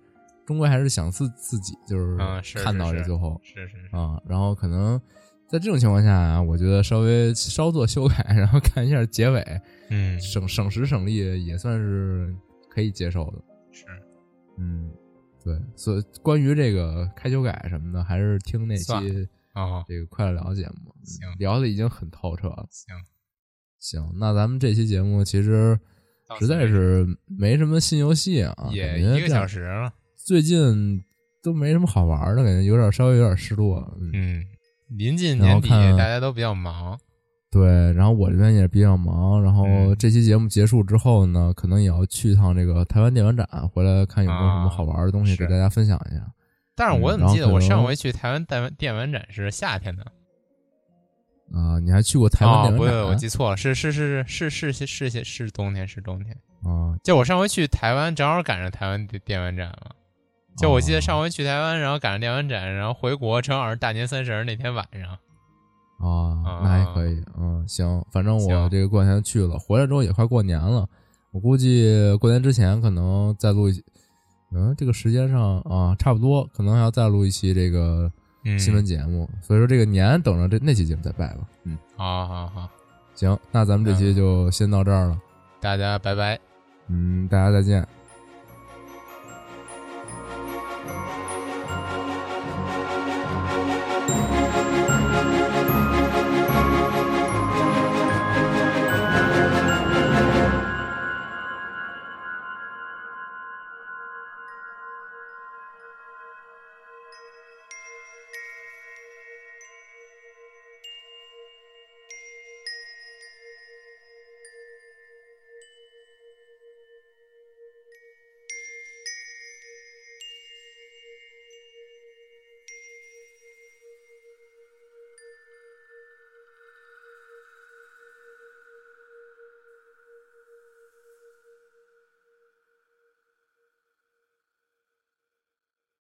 Speaker 5: 终归还是想自自己就是
Speaker 4: 嗯是是
Speaker 5: 看到这
Speaker 4: 是
Speaker 5: 最后。
Speaker 4: 是是是，
Speaker 5: 啊，然后可能在这种情况下啊，我觉得稍微稍作修改， 然后看一下结尾，
Speaker 4: 嗯
Speaker 5: 省省时省力也算是可以接受的。
Speaker 4: 是
Speaker 5: 嗯，对，所以关于这个开修改什么的，还是听那
Speaker 4: 算
Speaker 5: 期
Speaker 4: 哦，
Speaker 5: 这个快乐聊节目，嗯
Speaker 4: 行
Speaker 5: 聊的已经很透彻了。
Speaker 4: 行，
Speaker 5: 行，那咱们这期节目其实
Speaker 4: 到此
Speaker 5: 实在
Speaker 4: 为止
Speaker 5: 是没什么新游戏啊，
Speaker 4: 也
Speaker 5: 感觉
Speaker 4: 一个
Speaker 5: 这样
Speaker 4: 小时了，
Speaker 5: 最近都没什么好玩的，感觉有点稍微有点失落。嗯
Speaker 4: 嗯，临近
Speaker 5: 然
Speaker 4: 年
Speaker 5: 后
Speaker 4: 底，
Speaker 5: 看
Speaker 4: 大家都比较忙，
Speaker 5: 对，然后我这边也比较忙，然后
Speaker 4: 嗯
Speaker 5: 这期节目结束之后呢，可能也要去一趟这个台湾电玩展，回来看有没有什么好玩的东西
Speaker 4: 啊是
Speaker 5: 给大家分享一下。
Speaker 4: 但是我
Speaker 5: 嗯
Speaker 4: 怎么
Speaker 5: 然后
Speaker 4: 记得我
Speaker 5: 可能
Speaker 4: 上回去台湾电玩电玩展是夏天的？
Speaker 5: 啊、你还去过台湾
Speaker 4: 哦，
Speaker 5: 电
Speaker 4: 不
Speaker 5: 玩
Speaker 4: 对，
Speaker 5: 展？啊
Speaker 4: 我记错了，是是是是是是是是是冬天，是冬天。
Speaker 5: 啊，
Speaker 4: 就我上回去台湾，正好赶上台湾电电玩展了。就我记
Speaker 5: 哦
Speaker 4: 得上回去台湾，然后赶上电玩展，然后回国正好是大年三十儿那天晚上。
Speaker 5: 啊，
Speaker 4: 啊
Speaker 5: 那还可以，嗯，行，反正我
Speaker 4: 行
Speaker 5: 这个过两天去了，回来之后也快过年了，我估计过年之前可能再录一期，嗯，这个时间上啊，差不多，可能还要再录一期这个
Speaker 4: 嗯，
Speaker 5: 新闻节目，所以说这个年等着这那期节目再拜吧。嗯，
Speaker 4: 好好好，
Speaker 5: 行，那咱们这期
Speaker 4: 嗯
Speaker 5: 就先到这儿了。
Speaker 4: 大家拜拜。
Speaker 5: 嗯，大家再见。